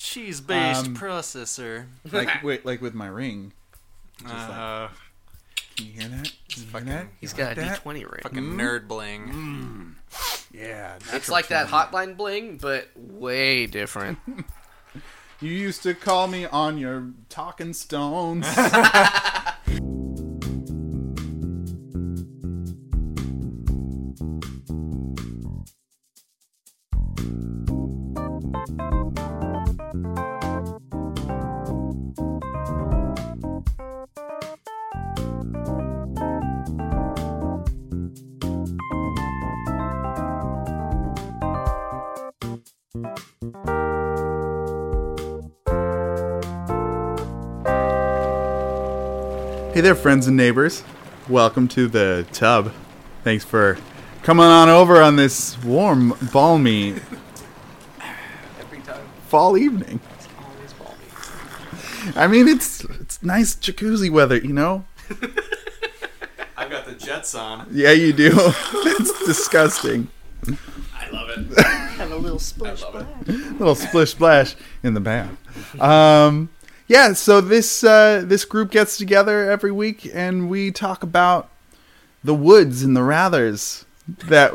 cheese based Um, processor. like wait, like with my ring. like- Uh, Can you hear that? Can you hear fucking- that? You He's like got a that? D20 ring. fucking Mm-hmm. nerd bling. Yeah, It's natural like that charm. hotline bling, but way different. You used to call me on your talking stones. Hey there, friends and neighbors. Welcome to the tub. Thanks for coming on over on this warm, balmy Every time, fall evening. it's always balmy. I mean, it's it's nice jacuzzi weather, you know. I've got the jets on. Yeah, you do. That's disgusting. I love it. Have a little splish. little splish splash in the bath. Um, yeah, so this uh, this group gets together every week and we talk about the woods and the rathers that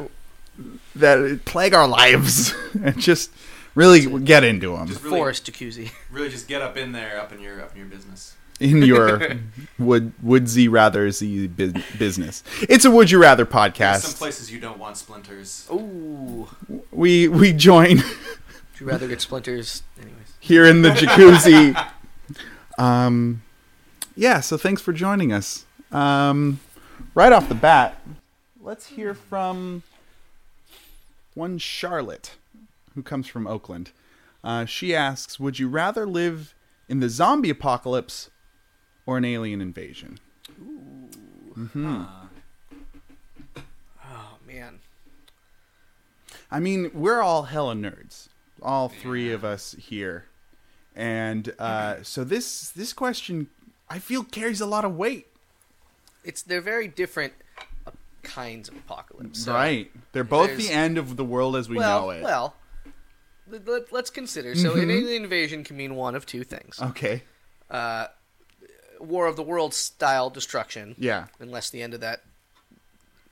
that plague our lives and just really get into them Really- Forest jacuzzi. Really, just get up in there, up in your, up in your business. in your wood woodsy rathersy bu- business. It's a would you rather There's Some podcast. places you don't want splinters. Ooh. We we join Would you rather get splinters? Anyways. here in the jacuzzi. um, yeah, so thanks for joining us. Um, right off the bat, let's hear from one Charlotte who comes from Oakland. Uh, she asks Would you rather live in the zombie apocalypse or an alien invasion? Oh, man. I mean, we're all hella nerds, all three of us here, and uh, so this this question I feel carries a lot of weight. It's They're very different uh, kinds of apocalypse. so- right. They're both there's- the end of the world as we well, know it. Mm-hmm. Well, let- let, let's consider. So, an alien invasion can mean one of two things okay. War of the Worlds style destruction. Yeah. Unless the end of that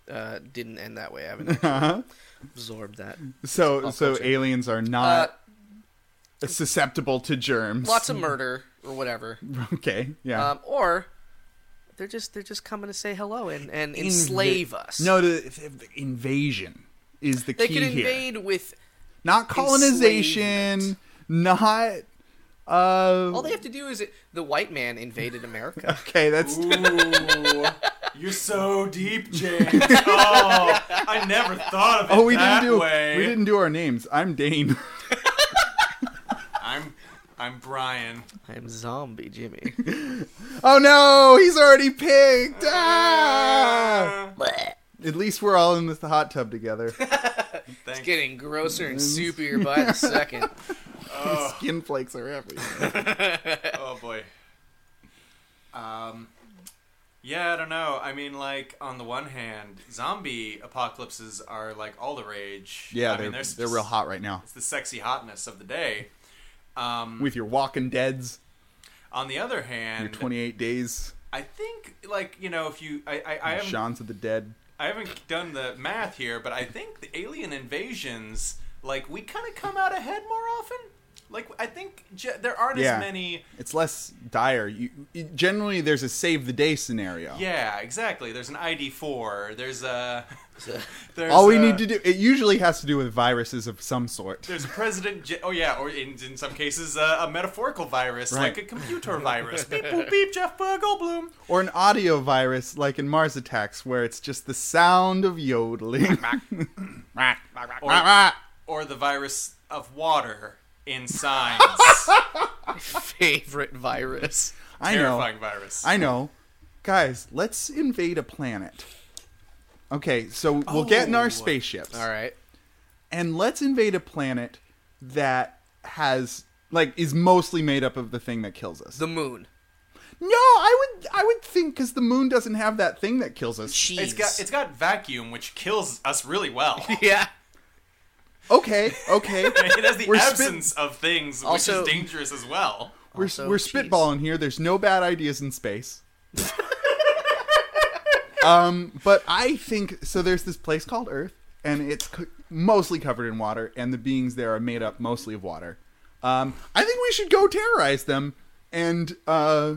uh, didn't end that way. I haven't Uh-huh. absorbed that. So Pop so culture. aliens are Uh, not susceptible to germs. lots of murder or whatever. Okay. Yeah. um, or they're just they're just coming to say hello and, and enslave us. No, the, the invasion is the they key could here. invade with Not colonization, not uh all they have to do is it, the white man invaded America. Okay, that's Ooh, you're so deep, James. Oh, I never thought of it Oh, we didn't that do way. we didn't do our names. I'm Dane. I'm, I'm Brian. I'm zombie Jimmy. oh no, he's already picked. Ah! Uh, At least we're all in this hot tub together. Thanks. Getting grosser and Mm-hmm. soupier by the second. Skin flakes are everywhere. oh boy. Um, yeah, I don't know. I mean, like on the one hand, zombie apocalypses are like all the rage. Yeah, I they're, mean, they're, s- real hot right now. It's the sexy hotness of the day. Um, With your Walking Dead's, on the other your hand, 28 Days, I think like you know if you I I, I your haven't Shaun's of the Dead. I haven't done the math here, but I think the alien invasions like we kind of come out ahead more often. Like I think ge- there aren't Yeah. as many. It's less dire. You it- generally there's a save the day scenario. Yeah, exactly. There's an ID four. There's a. There's All we a- need to do it usually has to do with viruses of some sort. There's President. J- oh yeah, or in, in some cases uh, a metaphorical virus, like Right. a computer virus. beep boop beep. Jeff uh, Goldblum. Or an audio virus like in Mars Attacks where it's just the sound of yodeling. Or, or the virus of water in signs. Favorite virus. I know. Terrifying virus. I know. Guys, let's invade a planet. Okay, so we'll get in Oh. our spaceships. All right. and let's invade a planet that has like is mostly made up of the thing that kills us. The moon. no, I would I would think because the moon doesn't have that thing that kills us. Cheese. It's got it's got vacuum, which kills us really well. yeah. okay, okay. it has the We're spit- absence of things, which Also- is dangerous as well. We're, Also, we're cheese. spitballing here. There's no bad ideas in space. um, but I think so. There's this place called Earth, and it's co- mostly covered in water, and the beings there are made up mostly of water. Um, I think we should go terrorize them, and uh,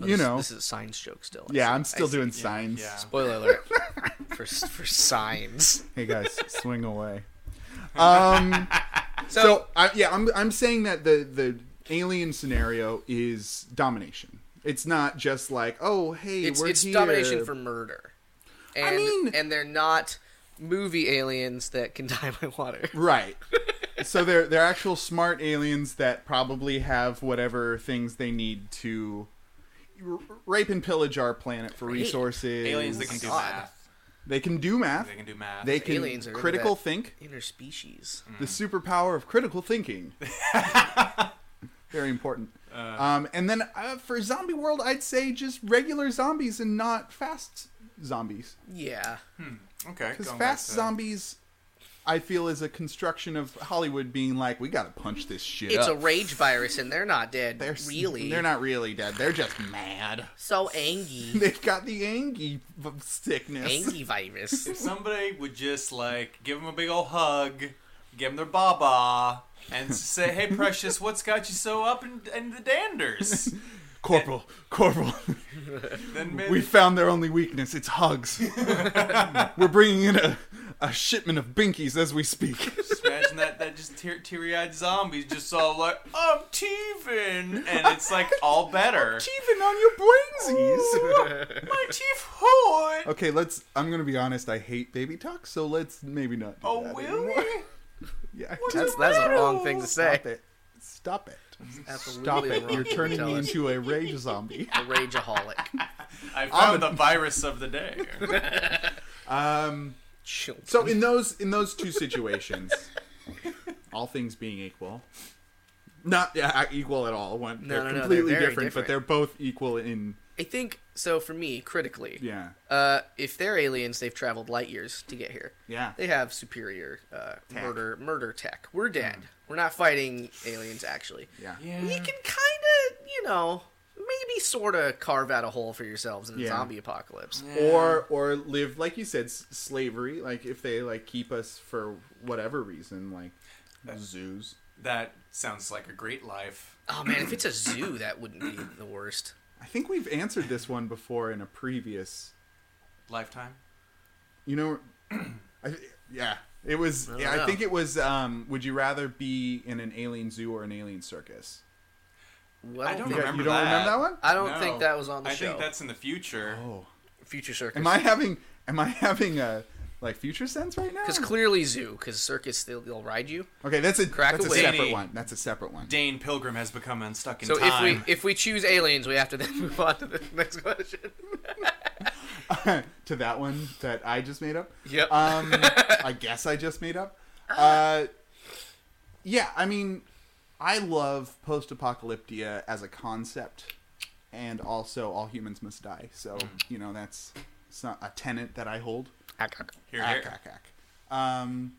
Oh, you this- know, this is a science joke still. I yeah, see, I'm I still see. doing signs. Yeah. Spoiler alert for for signs. Hey guys, swing away. Um, so I, yeah, I'm I'm saying that the the alien scenario is domination. It's not just like oh hey It's we're it's here. domination for murder. And, mean- and they're not movie aliens that can die by water. Right. so they're they're actual smart aliens that probably have whatever things they need to r- rape and pillage our planet for resources. Aliens that can do God. math. They can do math. They can do math. They can Aliens are into critical that. think. Interspecies. The superpower of critical thinking. Very important. um, and then uh, for zombie world, I'd say just regular zombies and not fast zombies. Yeah. okay. Because going fast back to- zombies, I feel, is a construction of Hollywood being like, we gotta punch this shit It's up. a rage virus and they're not dead. They're s- really. They're not really dead. They're just mad. so angry. They've got the angie v- sickness. angry virus. If somebody would just like give them a big old hug, give them their baba, and say, "Hey, precious, what's got you so up in, in the danders?" Corporal, corporal, Then maybe we found their only weakness. It's hugs. We're bringing in a, a shipment of binkies as we speak. just imagine that that just tear, teary-eyed zombies just all like, "I'm teething," and it's like all better. Even on your brainsies. My teeth hurt. okay, let's. I'm gonna be honest. I hate baby talk, so let's maybe not. Do Oh, that will anymore. we? Yeah, That's just that's a wrong thing to say. stop it. Stop it. Absolutely Stop the it. wrong You're thing to turning tell me us. into a rage zombie. a rageaholic. I found the virus of the day. Um. Children. So in those in those two situations, all things being equal, not yeah, equal at all. One, No, they're no, no, they're completely very different, but different. they're both equal in I think so for me, critically, yeah, uh, if they're aliens, they've traveled light years to get here. yeah. They have superior uh, murder murder tech. We're dead. We're not fighting aliens actually. Mm. Yeah. You can kind of, you know, maybe sort of carve out a hole for yourselves in the Yeah. zombie apocalypse. Or or live like you said, s- slavery. Like if they like keep us for whatever reason, like Uh, zoos. That sounds like a great life. Oh man, if it's a zoo, that wouldn't be the worst. I think we've answered this one before in a previous. Lifetime. You know, I, yeah, it was. don't yeah, I know. think it was. Um, would you rather be in an alien zoo or an alien circus? Well, I don't You, think, got- remember you don't that. remember that one? I don't No. think that was on the I show. think that's in the future. Oh, Future Circus. am I having am I having a like future sense right now? Because clearly zoo, because circus they'll, they'll ride you. Okay, that's a Crack that's a away. separate Danny. one. That's a separate one. Dane Pilgrim has become unstuck in So if time. we if we choose aliens, we have to then move on to the next question. to that one that I just made up. Yep. Um, I guess I just made up. Uh, yeah, I mean, I love post-apocalyptia as a concept, and also all humans must die. So you know that's it's not a tenet that I hold. Here, Ack, here. ack, ack. Um,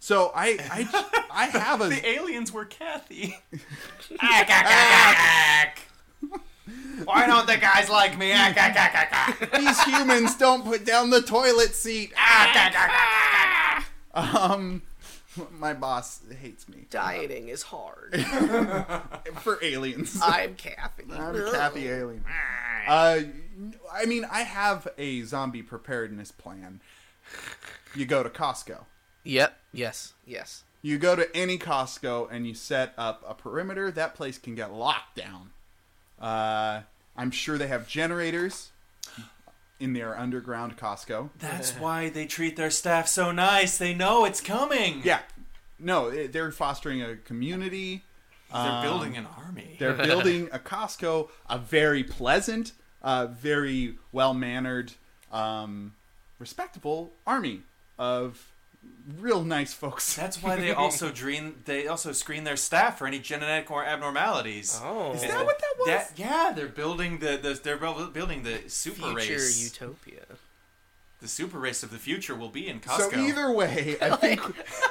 so I I I have a The aliens were Kathy. Ah, Ah. Why don't the guys like me? Ah, Ack, ack, ack, ack, ack. these humans don't put down the toilet seat. Ack, ack, ack, ack, ack. Um, my boss hates me Dieting is hard. for aliens. I'm Kathy. I'm a Kathy Alien. Uh, I mean, I have a zombie preparedness plan. You go to Costco. Yep. Yes. Yes. You go to any Costco and you set up a perimeter. That place can get locked down. Uh, I'm sure they have generators in their underground Costco. That's why they treat their staff so nice. They know it's coming. Yeah. No, it- they're fostering a community. They're building an army. Um, They're building a Costco, a very pleasant, uh, very well mannered, um, respectable army of real nice folks. That's why they also dream. They also screen their staff for any genetic or abnormalities. Oh. Is that what that was? yeah, they're building the, the they're building the super Future race. utopia. the super race of the future will be in Costco. So either way, I think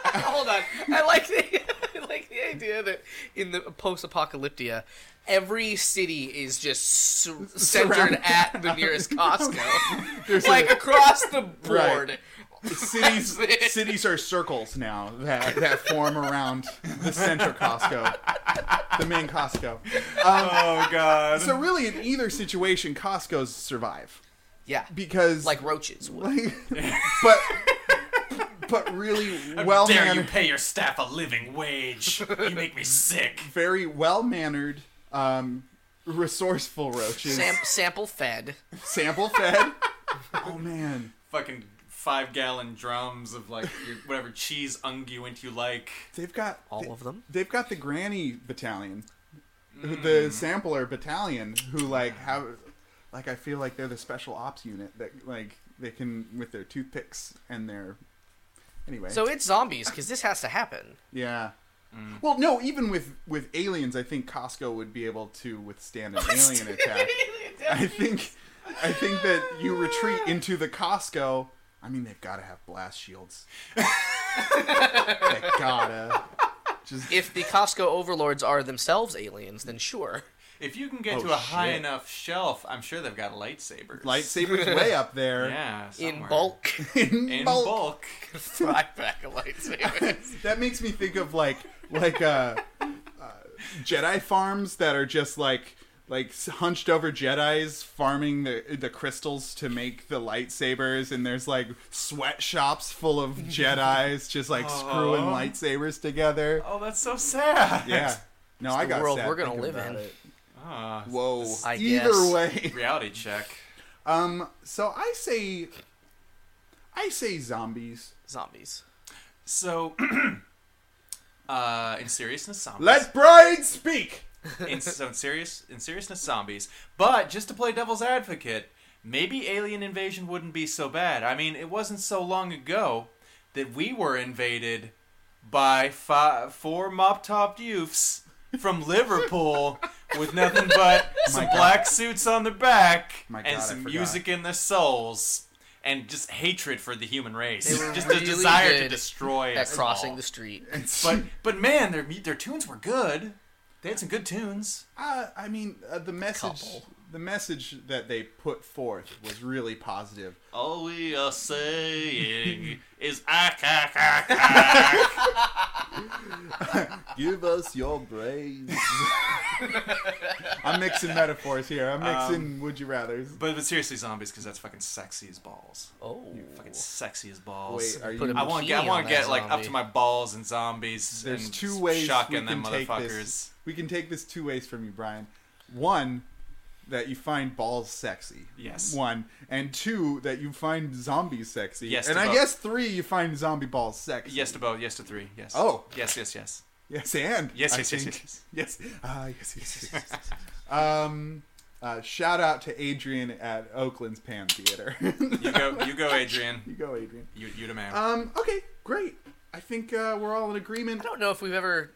Hold on. I like the I like the idea that in the post-apocalyptia, every city is just sur- centered Surrounded. at the nearest Costco, there's like like across the board. cities That's it. cities are circles now that, that form around the center Costco, the main Costco. Um, oh god. So really, in either situation, Costco's survive Yeah, because like roaches. would. but but really well Dare you mannered, pay your staff a living wage? You make me sick. very well mannered, um, resourceful roaches, Sam- sample fed. sample fed. Oh man, Fucking five gallon drums of like your, whatever cheese unguent you like. they've got All of them? They've got the granny battalion, Mm. the sampler battalion, who like have like I feel like they're the special ops unit that like they can with their toothpicks and their anyway. So it's zombies because this has to happen. Yeah. Mm. Well, no, even with with aliens, I think Costco would be able to withstand an alien attack. I think I think that you retreat into the Costco. I mean, they've got to have blast shields. they gotta. Just If the Costco overlords are themselves aliens, then sure. If you can get Oh, to a high shit. enough shelf, I'm sure they've got lightsabers. lightsabers way up there. Yeah. In somewhere. bulk, In Bulk. bulk. five pack of lightsabers. That makes me think of like like uh, uh, Jedi farms that are just like like hunched over Jedi's farming the the crystals to make the lightsabers, and there's like sweatshops full of Jedi's just like screwing Aw. lightsabers together. Oh, that's so sad. Yeah, no, I the got world sad we're gonna thinking live about in. it. Ah, Whoa! I Either guess. way, reality check. um, so I say, I say zombies. zombies. So, uh, in seriousness, zombies. Let Brian speak. in so in serious in seriousness zombies. But just to play devil's advocate, maybe alien invasion wouldn't be so bad. I mean, it wasn't so long ago that we were invaded by fi- four mop-topped youths from Liverpool with nothing but some God. black suits on their back My God, and I some forgot. music in their souls. And just hatred for the human race, They were just a really desire to good destroy At us crossing all. the street. But but man, their their tunes were good. They had some good tunes. Uh, I mean, uh, the message Couple. the message that they put forth was really positive. All we are saying is ah, ack, ack, ack, ack. Give us your brains. I'm mixing metaphors here. I'm Um, mixing would you rather's. But, but seriously, zombies, because that's fucking sexy as balls. Oh, Fucking sexy as balls. Wait, are Put you? a- I want to get, I Bikini want on to that get like up zombie. to my balls in zombies. There's and two ways we shotgun can them take motherfuckers. this. We can take this two ways from you, Brian. One, that you find balls sexy. Yes. One and two that you find zombies sexy. Yes And to I both. guess three you find zombie balls sexy. Yes to both. Yes to three. Yes. Oh. Yes. Yes. Yes. Yes, and Yes, I yes, yes, think- yes, yes, Ah, yes, yes, yes, yes, yes. um, uh, shout out to Adrian at Oakland's Pan Theater. You go. You go, Adrian. you go, Adrian. You you the man. Um, okay, great. I think uh, we're all in agreement. I don't know if we've ever.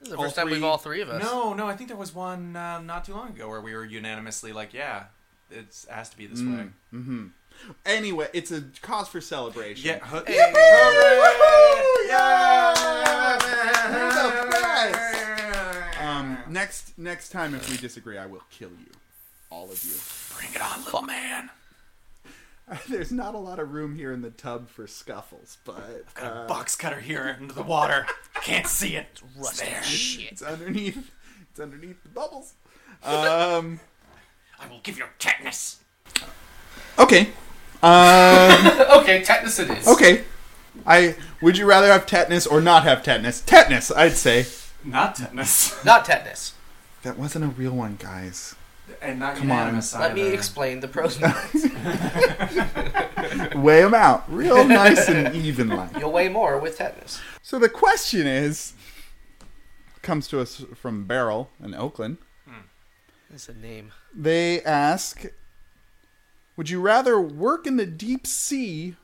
This is the All first time three- we've all three of us. no, no. I think there was one uh, not too long ago where we were unanimously like, yeah, it has to be this Mm. way. Anyway, it's a cause for celebration. Yeah. huh- Hey. Woohoo! Hooray! Yeah! Here's a prize. Um, next next time, if we disagree, I will kill you, all of you. Bring it on, little man. There's not a lot of room here in the tub for scuffles, but Got a uh, box cutter here under the water. Can't see it. It's there. Shit. it's underneath. It's underneath the bubbles. Um. I will give you tetanus. Okay. Um, okay, tetanus it is. okay. I would you rather have tetanus or not have tetanus? Tetanus, I'd say. Not tetanus. Not tetanus. That wasn't a real one, guys. And not on. unanimous Let me either. explain the pros. and cons. Weigh them out, real nice and even like. You'll weigh more with tetanus. So the question is, comes to us from Beryl in Oakland. That's a name. They ask, would you rather work in the deep sea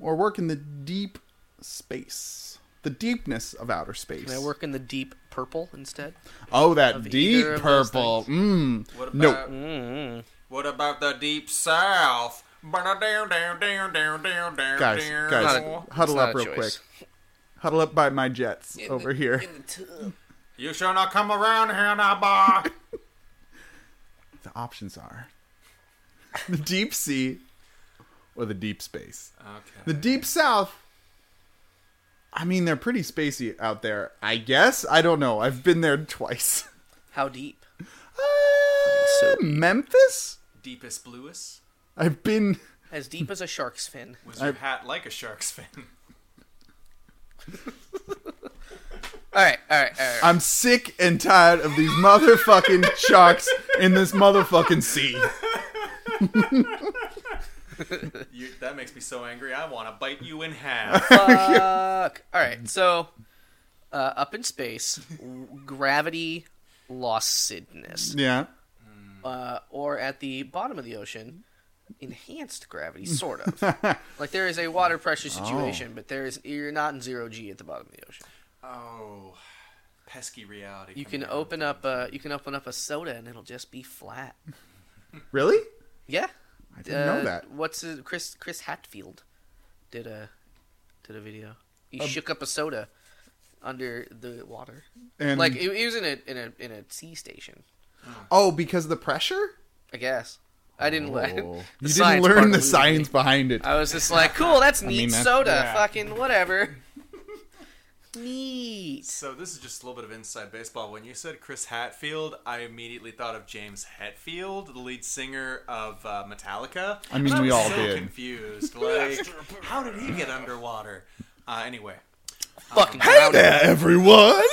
or work in the deep space? The deepness of outer space. Can I work in the deep purple instead? Oh, that of deep either of those purple. Mm. What No. about, What about the deep south? Guys, Guys, guys, Not a- huddle it's not up a real quick. choice. Huddle up by my jets In over the- here. in the tub. You shall not come around here now, boy. the options are the deep sea or the deep space. okay. The deep south. I mean, they're pretty spacey out there. I guess I don't know. I've been there twice. How deep? Uh, Memphis. Deepest bluest. I've been. As deep as a shark's fin. Was your hat like a shark's fin? All right, all right, all right. I'm sick and tired of these motherfucking sharks in this motherfucking sea. You, that makes me so angry. I want to bite you in half. Fuck. All right, so uh, up in space, w- gravity lostedness, Yeah. uh, or at the bottom of the ocean, enhanced gravity, sort of. like there is a water pressure Oh. situation, but there is you're not in zero g at the bottom of the ocean. oh, pesky reality. You coming can down. open up a you can open up a soda and it'll just be flat. Really? Yeah, I didn't know Uh, that. What's his, Chris Chris Hatfield did a did a video. He Um, shook up a soda under the water. And like he, he was in a in a in a sea station, oh, because of the pressure. I guess. I didn't learn. Oh. You didn't science learn part the eluded me. science behind it. I was just like, cool, that's neat mean, that's- soda, yeah. fucking whatever. neat. So this is just a little bit of inside baseball. When you said Chris Hatfield, I immediately thought of James Hetfield, the lead singer of uh, Metallica. I mean, And we was all so did. Confused. Like, how did he get underwater? Uh, anyway, Fucking Hey grounded. there, everyone.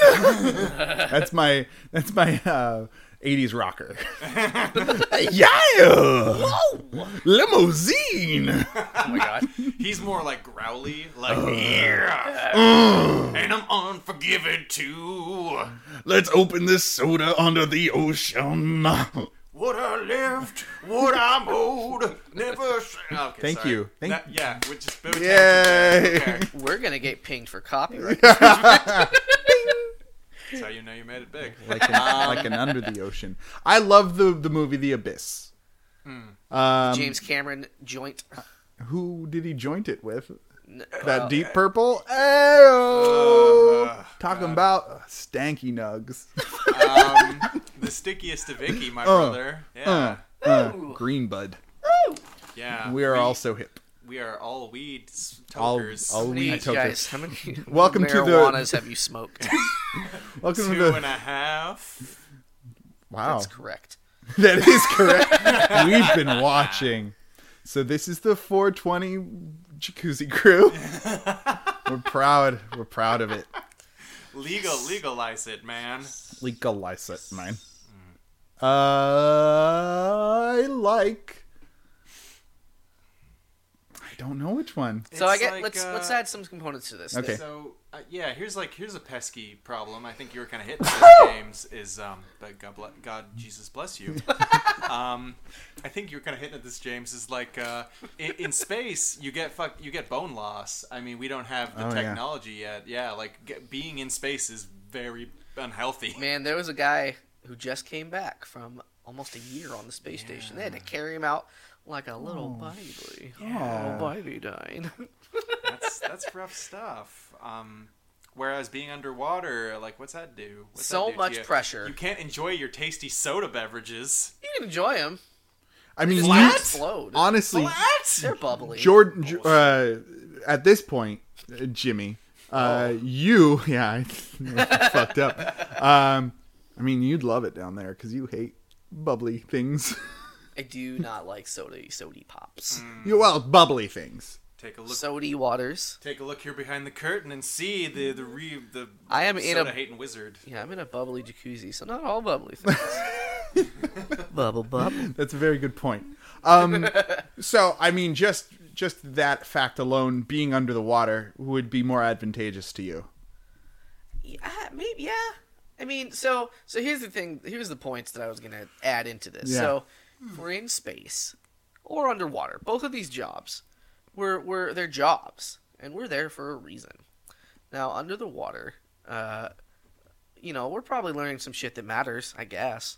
that's my that's my uh, '80s rocker. yeah, Whoa! limousine. Oh my god. he's more like growly, like Uh. yeah, and I'm unforgiving too. Mm. Let's open this soda under the ocean. What I left, what I owed, never. Say. Okay, Thank sorry. you. Thank- That- yeah, we're just both Yay. Okay. We're gonna get pinged for copyright. That's how you know you made it big. like an, like an under the ocean. I love the the movie The Abyss. Um, James Cameron joint. who did he joint it with? N- That well, deep purple. Ayo. Uh, Talking about stanky nugs. um, the stickiest of Icky, my brother. Yeah, Uh, uh, Ooh. green bud. yeah. We are all so hip. we are all weed s- All- tokers. all What do you weed tokers. guys, how many Welcome to the- marijuanas have you smoked? Welcome to Two the and a half. wow. That's correct. That is correct. We've been watching. So this is the 420 jacuzzi crew. We're proud. We're proud of it. Legal, legalize it, man. Legalize it, man. Mm. Uh, I like. I don't know which one. So I It's get like, let's uh, let's add some components to this. Okay. So uh, yeah, here's like here's a pesky problem. I think you were kind of hitting this, James. Is um, but God, ble- God, Jesus bless you. um, I think you were kind of hitting at this, James. Is like uh, in, in space, you get fuck, you get bone loss. I mean, we don't have the Oh, yeah. technology yet. Yeah, like get, being in space is very unhealthy. Man, there was a guy who just came back from almost a year on the space station. They had to carry him out like a little baby. Oh, Yeah. Oh, baby dying. That's that's rough stuff. Um. Whereas being underwater, like, what's that do? What's So that do to much you? pressure. You can't enjoy your tasty soda beverages. you can enjoy them. I mean, They you, Flat? explode. honestly, They're bubbly. Jordan, J- uh, at this point, uh, Jimmy, uh, Oh. you, yeah, I fucked up. Um, I mean, you'd love it down there because you hate bubbly things. I do not like soda sody pops. you well, bubbly things. Take a look Sody waters. Take a look here behind the curtain and see the the re the I am in a- soda hating wizard. Yeah, I'm in a bubbly jacuzzi, so not all bubbly things. bubble bubble. That's a very good point. Um, so, I mean, just just that fact alone, being under the water would be more advantageous to you. Yeah, maybe. Yeah. I mean, so so here's the thing. Here's the points that I was gonna add into this. Yeah. Hmm. So if we're in space or underwater. Both of these jobs, we're we're they're jobs, and we're there for a reason. Now under the water, uh, you know, we're probably learning some shit that matters. I guess.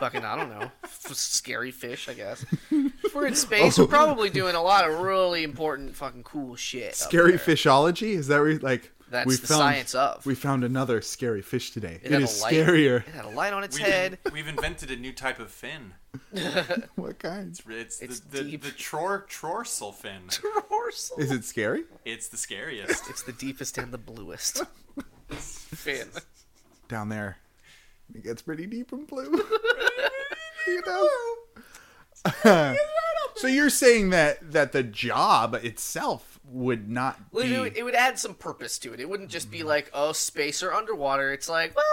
fucking I don't know, f- scary fish. I guess if we're in space, Oh. we're probably doing a lot of really important, fucking cool shit. up Scary there. fishology? Is that where you- like That's we the found science of. we found another scary fish today. It it had is a light. scarier. It had a light on its We've, head. we've invented a new type of fin. What kind? It's, It's the, the, deep. the tror trorsal fin. Dorsal. Is it scary? It's the scariest. It's the deepest and the bluest. Fin. Down there. It gets pretty deep and blue. you know? so you're saying that that the job itself would not Well, be it, would, it would add some purpose to it. It wouldn't just Mm-hmm. be like, oh, space or underwater. It's like, well,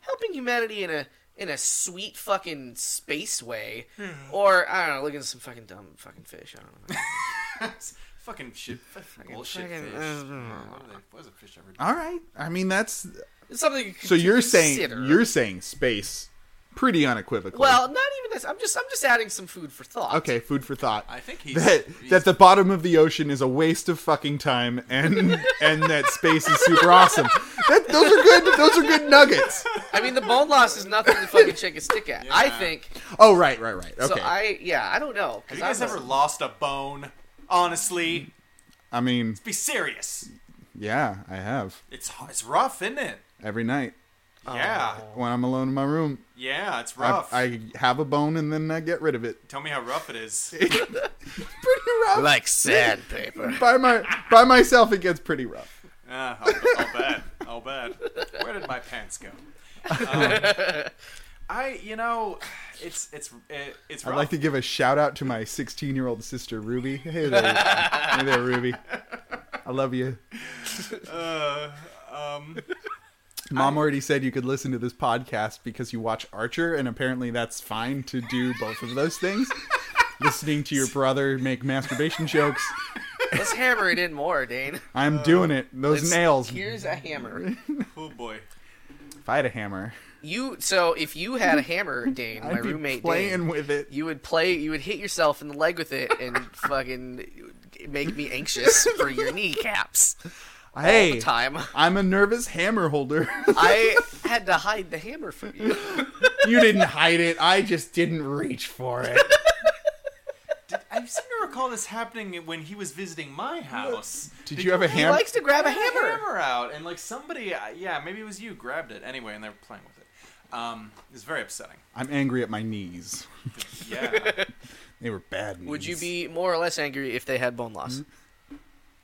helping humanity in a in a sweet fucking space way, Hmm. or I don't know, looking at some fucking dumb fucking fish. I don't know. fucking shit. bullshit fucking- fish. What, are they, what is a fish ever? All right. I mean that's It's something. You could so you're consider. saying you're saying space pretty unequivocally. well, not even this. I'm just I'm just adding some food for thought. okay, food for thought. I think he's, that he's that the bottom of the ocean is a waste of fucking time and and that space is super awesome. That, those are good those are good nuggets. I mean, the bone loss is nothing to fucking shake a stick at. I Yeah. think. Oh right, right, right. So Okay. I, I yeah I don't know. Have 'cause you guys I'm ever a- lost a bone? Honestly, mean, be serious. yeah, I have. It's it's rough, isn't it? Every night Yeah, when I'm alone in my room, yeah, it's Oh. I, rough. I have a bone and then I get rid of it. Tell me how rough it is. Pretty rough. like sandpaper. by my by myself it gets pretty rough. Uh, I'll, I'll bet. I'll bet. Where did my pants go? Um, I, you know, it's it's it, it's rough. I'd like to give a shout out to my 16-year-old sister Ruby. Hey there. hey there Ruby. I love you. Uh, um, Mom already said you could listen to this podcast because you watch Archer, and apparently that's fine to do both of those things. Listening to your brother make masturbation jokes, Let's hammer it in more, Dane. I'm doing it. Those Let's- nails. Here's a hammer. oh boy. If I had a hammer, You so if you had a hammer, Dane, my I'd be roommate playing Dane, with it. you would play. You would hit yourself in the leg with it and fucking make me anxious for your kneecaps all hey, the time. I'm a nervous hammer holder. I had to hide the hammer from you. you didn't hide it. I just didn't reach for it. Did, I seem to recall this happening when he was visiting my house. Did you have a He hammer? likes to grab a I had a hammer. hammer out, and like somebody, I- yeah, maybe it was you, grabbed it anyway, and they were playing with it. Um, it was very upsetting. I'm angry at my knees. Yeah, They were bad knees. Would you be more or less angry if they had bone loss? Mm-hmm.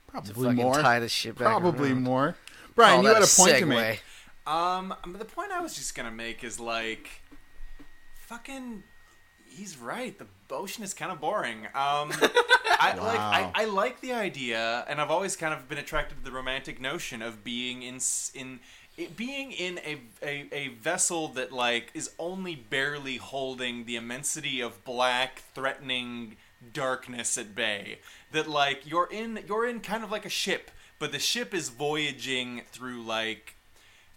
probably Fucking more? tie this shit back. Probably around. more. Call Brian, you that had a point to segue. make. Um, but the point I was just gonna make is like, fucking, he's right. The ocean is kind of boring. Um, I like I, Wow. I like the idea, and I've always kind of been attracted to the romantic notion of being in s- in it, being in a, a a vessel that like is only barely holding the immensity of black, threatening darkness at bay. That like you're in you're in kind of like a ship, but the ship is voyaging through like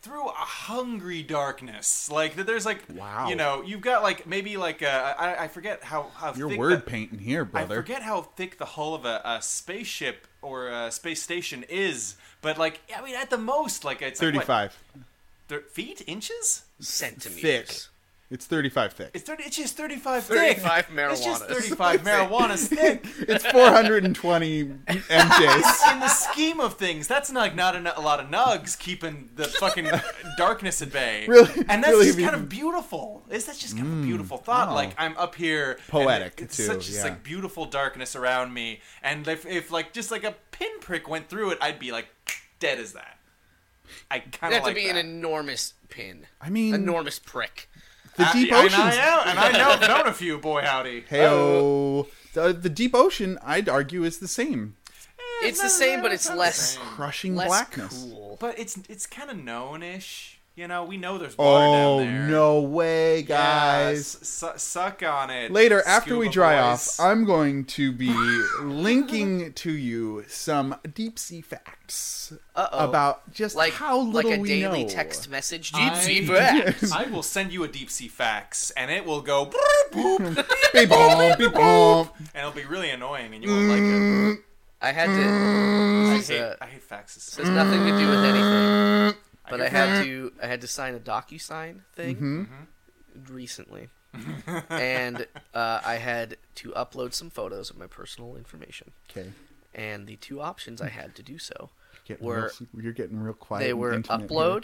through a hungry darkness. Like that there's like Wow. you know, you've got like maybe like uh, I I forget how how Your thick word the- painting here, I brother. forget how thick the hull of a, a spaceship or a space station is, but like I mean at the most like it's like, what, 35. thir- feet inches? thick. Centimeters. It's 35 thick. It's thirty it's just 35 35 thick. It's just marijuanas. 35 marijuanas thick. It's 420 MJs. In the scheme of things, that's not not a, a lot of nugs keeping the fucking darkness at bay. Really- and that's really just kind be- of beautiful. Is that just kind of a beautiful thought? wow. Like I'm up here, and Poetic, it's too, Such just, yeah. like beautiful darkness around me, and if, if like just like a pinprick went through it, I'd be like dead as that. I kind It'd of have like to be that. an enormous pin. I mean, Enormous prick. the I- deep and ocean. I am, and I know, known a few. Boy, howdy. Heyo. Oh. The, the deep ocean, I'd argue, is the same. Eh, It's the not- same, but not it's the less- same. Crushing Less blackness. cool. But it's it's kind of known-ish. You know, we know there's water Oh, down there. no way, guys. Yes, su- suck on it. Later, after we scuba dry boys. off, I'm going to be linking to you some deep sea facts Uh-oh. about just like how like little a we daily know. text message. I- Deep sea facts. I will send you a deep sea fax, and it will go, Beep, bop, beep, bop. and it'll be really annoying, and you won't Mm. like it. I had to. I This is, hate, uh, I hate faxes. this has nothing to do with anything, but I Mm-hmm. Mm-hmm. I had to. I had to sign a DocuSign thing recently. and uh, I had to upload some photos of my personal information. Okay. And the two options I had to do so Getting We're- real, you're getting real quiet. they and were intimate here. upload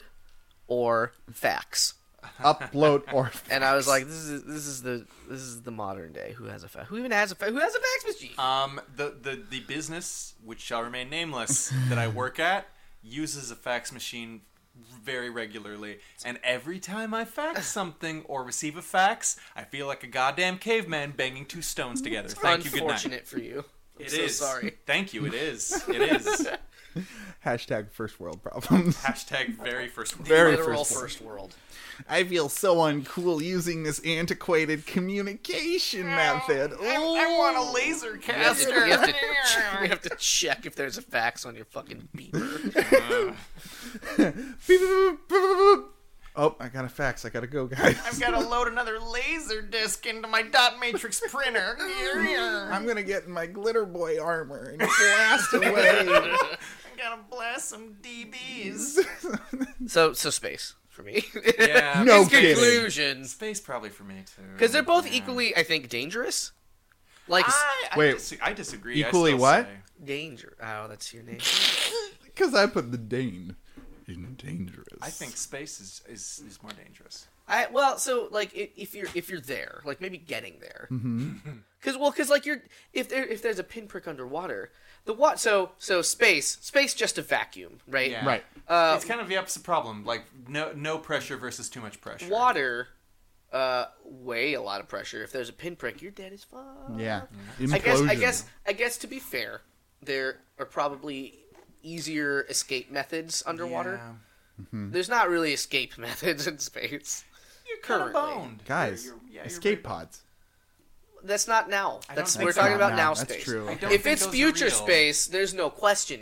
or fax. upload, or And I was like, this is this is the this is the modern day. Who has a fax? Who even has a fax? Who has a fax machine? Um, the, the, the business, which shall remain nameless, that I work at uses a fax machine very regularly. And every time I fax something or receive a fax, I feel like a goddamn caveman banging two stones together. Thank you, good night. Unfortunate for you. I'm It so is. sorry. Thank you, it is. It is. hashtag first world problems. Hashtag very first world. Very Literal first world. first world. I feel so uncool using this antiquated communication method. Ooh. want a laser You have, to, you have to- you have to check if there's a fax on your fucking beeper. Beep, boop, boop, boop, boop. Oh, I got a fax. I gotta go, guys. I've got to load another laser disc into my dot matrix printer. I'm I'm gonna get in my glitter boy armor and blast away. gonna blast some DBs. So so space for me. Yeah. No it's good. kidding. Conclusions. Space probably for me too. Because they're both Yeah. equally, I think, dangerous. Like I, I Wait. dis- I disagree. I Equally still what? say- danger. Oh, that's your name. Because I put the Dane in dangerous. I think space is, is is more dangerous. I well, so like i- if you're if you're there, like maybe getting there, Hmm. because Mm-hmm. well, because like you're if there if there's a pinprick underwater, the what so so space space just a vacuum, right? Yeah. Right. Uh, it's kind of the opposite problem. Like no no pressure versus too much pressure. Water, uh, way a lot of pressure. If there's a pinprick, you're dead as fuck. Yeah. I guess I Implosion. guess I guess to be fair, there are probably easier escape methods underwater. Yeah. Hmm. There's not really escape methods in space. You're kind of Currently. boned. Guys, You're- you're- yeah, you're escape very- pods. That's not now. I don't That's think we're so. talking about Not now, now. That's space. true. I don't If think it's those are future real. space, there's no question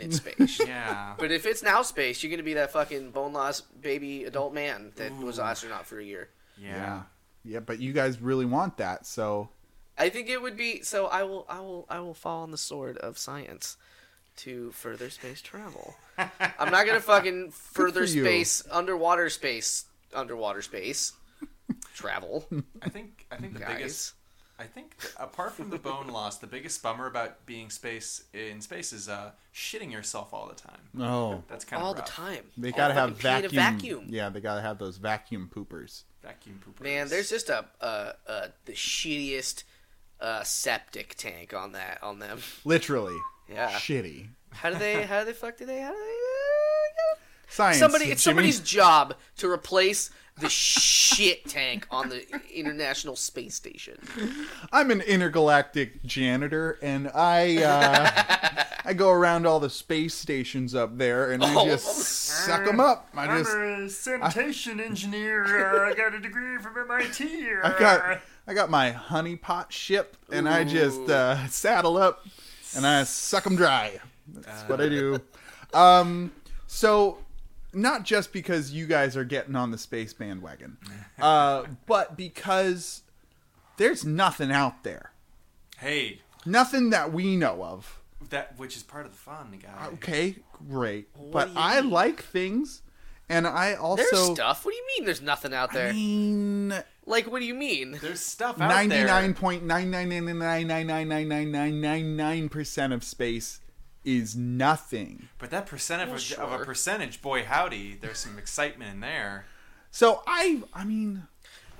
it's space. Yeah. But if it's now space, you're gonna be that fucking boneless baby adult man that was an astronaut for a year. yeah. Yeah, but you guys really want that, so I think it would be so. I will, I will, I will fall on the sword of science to further space travel. I'm not gonna fucking further you. space underwater space underwater space travel, I think I think the biggest guys. I think th- apart from the bone loss, the biggest bummer about being space in space is uh shitting yourself all the time. no. That's kind of All the time. They All gotta have fucking create a vacuum. vacuum. Yeah, they gotta have those vacuum poopers. Vacuum poopers. Man, there's just a uh, uh, the shittiest uh, septic tank on that on them. Literally. Yeah. Shitty. How do they? How do they fuck? Do they? uh, How do they? Science. Somebody. It's Jimmy. somebody's job to replace the shit tank on the International Space Station. I'm an intergalactic janitor, and I uh, I go around all the space stations up there, and I Oh. just suck them up. I just a sanitation engineer. I got a degree from MIT. I got I got my honeypot ship, and I just Ooh. uh, saddle up, and I suck them dry. That's what I do. Um, so not just because you guys are getting on the space bandwagon, uh, but because there's nothing out there, Hey, nothing that we know of. that which is part of the fun, guy. Okay, great, do but you I mean? like things, and I also There's stuff. What do you mean? There's nothing out there. I mean. like, what do you mean? There's stuff out there. 99.999999999% of space is nothing. But that percent of, Well, a, sure. of a percentage, boy howdy, there's some excitement in there. So I I mean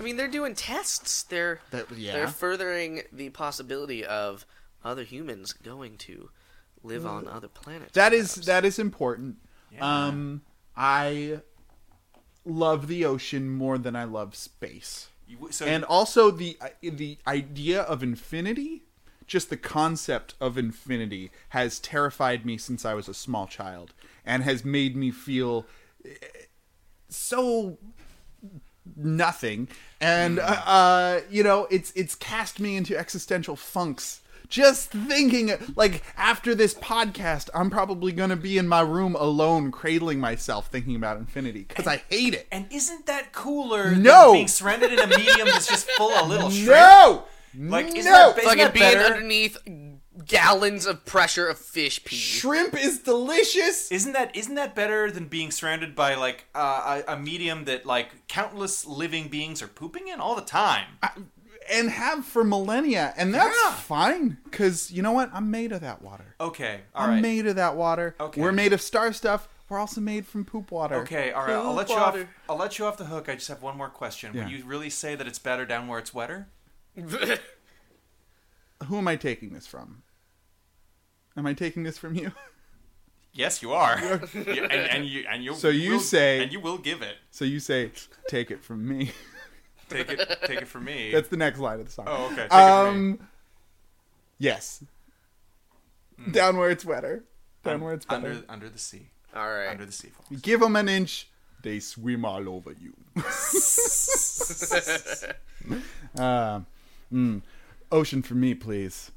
I mean, they're doing tests. They're That- yeah. they're furthering the possibility of other humans going to live on other planets. Mm. that is that is important. Yeah. Um I love the ocean more than I love space. You w- so And also the the idea of infinity, just the concept of infinity has terrified me since I was a small child and has made me feel eh, so nothing and uh, Hmm. uh you know it's it's cast me into existential funks just thinking like after this podcast i'm probably gonna be in my room alone cradling myself thinking about infinity because i hate it and isn't that cooler No! than being surrounded in a medium that's just full of little shrimp? no Like, isn't no that ba- fucking that being better? underneath gallons of pressure of fish pee. shrimp is delicious Isn't that isn't that better than being surrounded by like uh, a, a medium that like countless living beings are pooping in all the time? and have for millennia, and that's Yeah. fine. Because you know what? I'm made of that water. Okay, all I'm right. made of that water. Okay. We're made of star stuff. We're also made from poop water. Okay, all right. I'll Poop let you off. water. I'll let you off the hook. I just have one more question. Yeah. Would you really say that it's better down where it's wetter? Who am I taking this from? Am I taking this from you? Yes, you are. You- and, and you and you. So you will- say- and you will give it. so you say, take it from me. Take it. Take it from me. That's the next line of the song. oh, okay. Take it from me. Um. Yes. Down where it's wetter. Down where it's better. Hmm. under under the sea. All right. Under the sea. Falls. Give them an inch, they swim all over you. uh, mm. Ocean for me, please.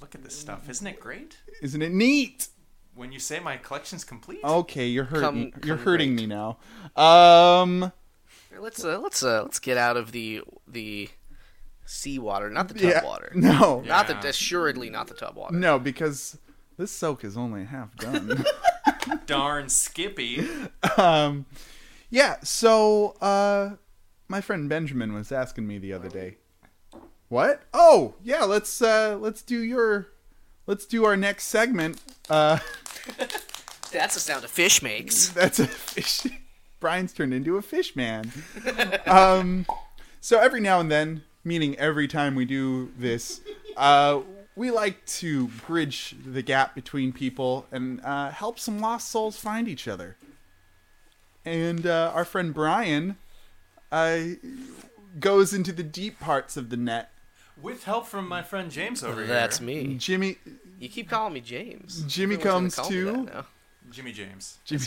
Look at this stuff. Isn't it great? Isn't it neat? When you say my collection's complete. Okay, you're hurting. Come- you're come hurting me now. Um, Let's uh, let's uh, let's get out of the the seawater, not the tub yeah, water. no, Not Yeah. the assuredly not the tub water. no, because this soak is only half done. Darn Skippy. um, yeah. So, uh, my friend Benjamin was asking me the other day. What? Oh, yeah. Let's uh, let's do your, let's do our next segment. Uh, That's the sound a fish makes. that's a fish. Brian's turned into a fish man. um, so every now and then, meaning every time we do this, uh, we like to bridge the gap between people and uh, help some lost souls find each other. And uh, our friend Brian uh, goes into the deep parts of the net. With help from my friend James over That's here. me. Jimmy, You keep calling me James. Jimmy Everyone's comes gonna call me to- that now. Jimmy James. Jimmy,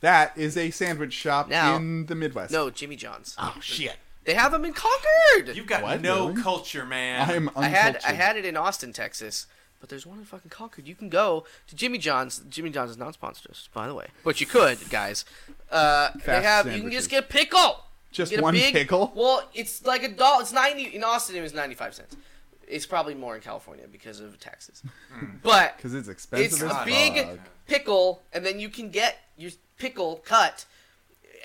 that is a sandwich shop Now- in the Midwest. No, Jimmy John's. oh shit! They have them in Concord. You've got What, no really? culture, man. I'm uncultured. I had I had it in Austin, Texas, but there's one in fucking Concord. You can go to Jimmy John's. Jimmy John's is non-sponsored, us, by the way, but you could, guys. Uh, they Fast have you can sandwiches. just get a pickle. Just Get a one big- pickle? Well, it's like a dollar. It's ninety in Austin. It was ninety-five cents. It's probably more in California because of taxes, but because it's expensive. as it's a fuck. big pickle, and then you can get your pickle cut,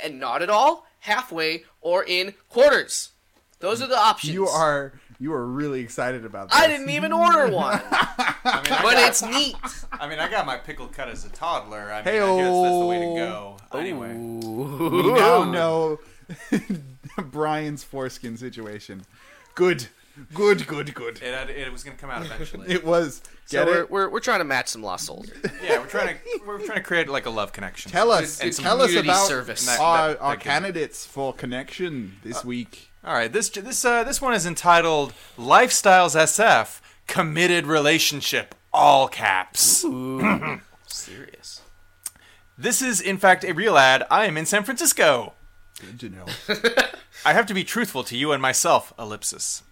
and not at all, halfway, or in quarters. Those are the options. You are you are really excited about this. I didn't even order I one, mean, I but got, it's neat. I mean, I got my pickle cut as a toddler. I mean, I guess that's the way to Hey-o. go. Anyway, Oh. We now know Brian's foreskin situation. Good, good, good, good. it, had- it was going to come out eventually. It was So get we're, it. we're we're trying to match some lost souls. yeah, we're trying to we're trying to create like a love connection. Tell us, And some tell us community about service. That- our, that- our that could- candidates for connection this Uh, week. All right, this this uh, this one is entitled "Lifestyles SF Committed Relationship." All caps. Serious. This is, in fact, a real ad. I am in San Francisco. Good to know. I have to be truthful to you and myself, ellipsis.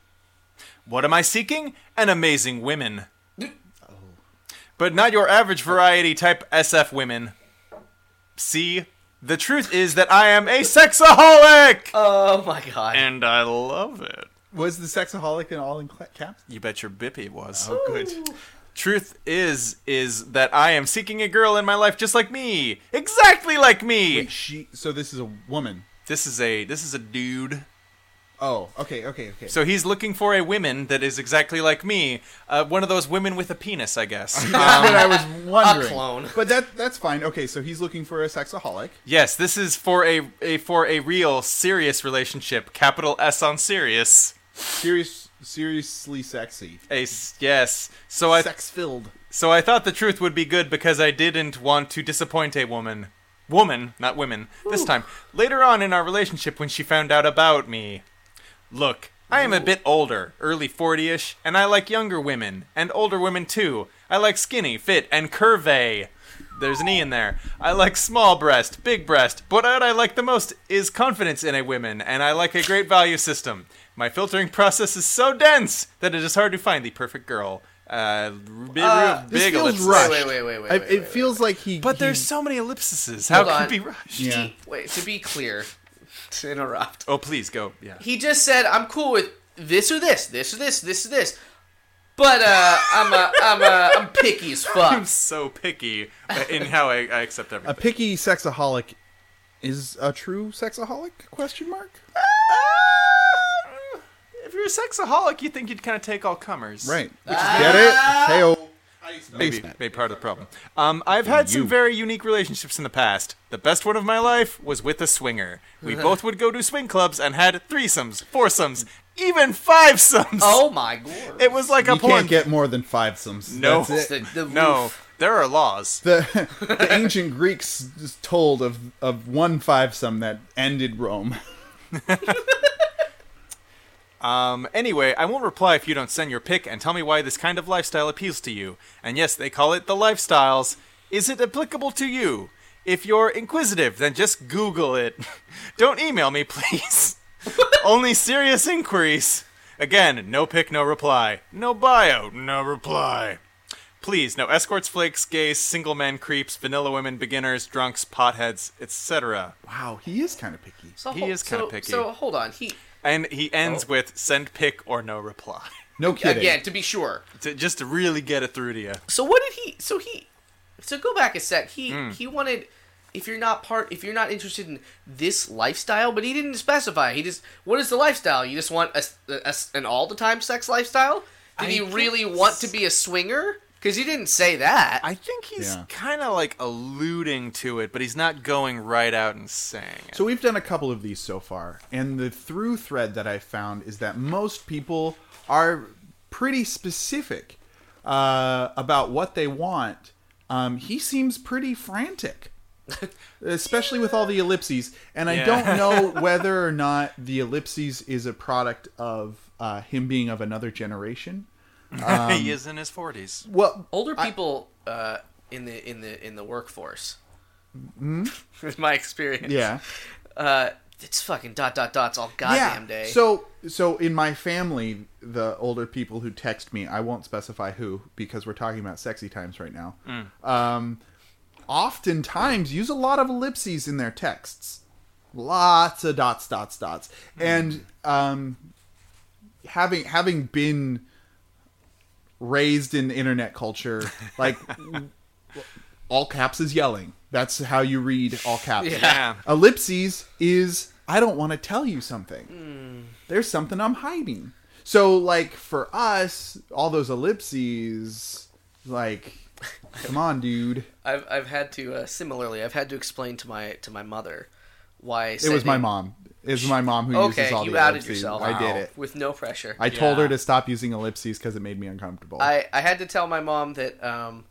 What am I seeking? An amazing women. Oh. But not your average variety type SF women. See, the truth is that I am a sexaholic! Oh my god. and I love it. was the sexaholic in all in cla- caps? You bet your bippy it was. Oh, good. Truth is, is that I am seeking a girl in my life just like me. Exactly like me! She. So this is a woman. This is a, this is a dude. Oh, okay, okay, okay. So he's looking for a woman that is exactly like me, uh, one of those women with a penis, I guess. Uh, That's what I was wondering. clone. But that that's fine. Okay, so he's looking for a sexaholic. yes, this is for a, a for a real serious relationship. Capital S on serious. Serious, seriously sexy. A s- yes. So I Sex filled. so I thought the truth would be good because I didn't want to disappoint a woman. Woman, not women. This time. Later on in our relationship when she found out about me. Look, I am a bit older, early 40ish, and I like younger women and older women too. I like skinny, fit, and curvy. There's an E in there. I like small breast, big breast, but what I like the most is confidence in a woman, and I like a great value system. My filtering process is so dense that it is hard to find the perfect girl. Uh, big, This big feels ellipsis. rushed. Wait, wait, wait, wait, I- wait, it wait, feels like he. But he- there's so many ellipses. How Hold can on. it be rushed? Yeah. Wait, to be clear, to interrupt. Oh, please go. Yeah. He just said I'm cool with this or this, this or this, this or this. But uh, I'm a, I'm a, I'm picky as I'm fuck. so picky in how I, I accept A everything. picky sexaholic is a true sexaholic? Question mark. if you're a sexaholic, you think you'd kind of take all comers, Right. Which is, get it? Hey, Ah! Maybe, maybe part of the problem. Um, I've had some You. very unique relationships in the past. The best one of my life was with a swinger. We both would go to swing clubs and had threesomes, foursomes, even fivesomes. Oh my god! It was like a you porn. can't get more than five sums. No. That's it. the, the no, roof. there are laws. The, the ancient Greeks just told of, of one five sum that ended Rome. Um, anyway, I won't reply if you don't send your pic and tell me why this kind of lifestyle appeals to you. And yes, they call it the lifestyles. Is it applicable to you? If you're inquisitive, then just Google it. don't email me, please. Only serious inquiries. Again, no pic, no reply. No bio, no reply. Please, no escorts, flakes, gays, single men, creeps, vanilla women, beginners, drunks, potheads, etc. Wow, he is kind of picky. So He hol- is kinda so- picky. So hold on. He And he ends with send pic or no reply. No kidding. again to be sure. to, just to really get it through to you. So what did he? So he. So go back a sec. He he wanted. If you're not part, if you're not interested in this lifestyle, but he didn't specify. He just, what is the lifestyle? You just want a, a- an all the time sex lifestyle? Did I he think really want to be a swinger? Because he didn't say that. I think he's Yeah. kind of like alluding to it, but he's not going right out and saying it. So we've done a couple of these so far, and the through thread that I found is that most people are pretty specific uh, about what they want. Um, he seems pretty frantic, especially with all the ellipses, and I Yeah. don't know whether or not the ellipses is a product of uh, him being of another generation. um, he is in his forties. Well, Older people uh, in the in the in the workforce. Mm-hmm. Is my experience. yeah. Uh, it's fucking dot dot dots all goddamn day. So so in my family, the older people who text me, I won't specify who because we're talking about sexy times right now. Mm. Um, oftentimes use a lot of ellipses in their texts, lots of dots, dots, dots, Mm. and um, having having been raised in internet culture, like all caps is yelling. That's how you read all caps. Yeah. Ellipses is I don't want to tell you something. Hmm. There's something I'm hiding. So like for us, all those ellipses, like, come on, dude. I've I've had to uh, similarly. I've had to explain to my to my mother why It was my mom. It was my mom who Okay, uses all you the outed ellipses. yourself. I did it. with no pressure. I told her Yeah. to stop using ellipses because it made me uncomfortable. I, I had to tell my mom that um,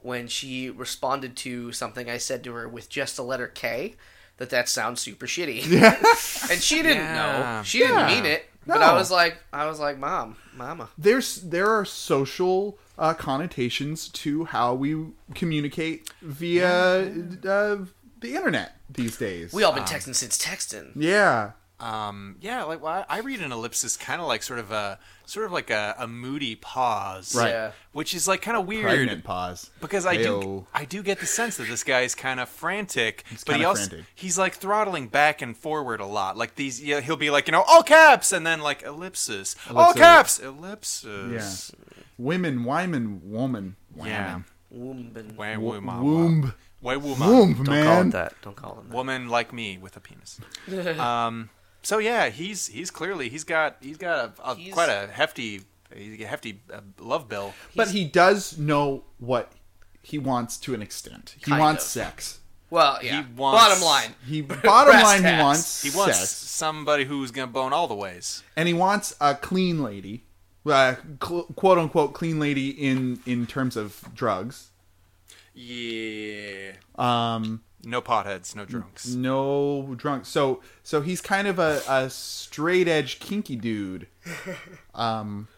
when she responded to something I said to her with just the letter K, that that sounds super shitty. and she didn't Yeah. know. She didn't mean it. But No. I was like, I was like, mom, mama. There's there are social uh, connotations to how we communicate via Uh, the internet these days. We all been texting since texting. yeah. Um, yeah, like well, I I read an ellipsis kind of like sort of a sort of like a, a moody pause, Right. Yeah. Which is like kind of weird Pregnant pause. because I do Heyo. I do get the sense that this guy is kind of frantic, but he kinda also frantic. he's like throttling back and forward a lot. Like these, yeah, he'll be like you know all caps and then like ellipsis, all Ellipsis. caps, ellipsis. Women, Wyman, woman. Yeah. Wyman. Womb. Way W- wuma. womb. Way wuma. Womb, Don't call it man. that. Don't call it that. woman like me with a penis. um, so yeah, he's he's clearly he's got he's got a, a He's- quite a hefty a hefty uh, love bill. But he does know what he wants to an extent. He Kind wants of. sex. Well, yeah. wants- Bottom line. He bottom Brass line he tacks. wants He wants sex. somebody who's gonna bone all the ways. And he wants a clean lady. Uh, cl- quote unquote clean lady in in terms of drugs. Yeah. Um No potheads, no drunks. no drunk. So so he's kind of a, a straight edge kinky dude. Um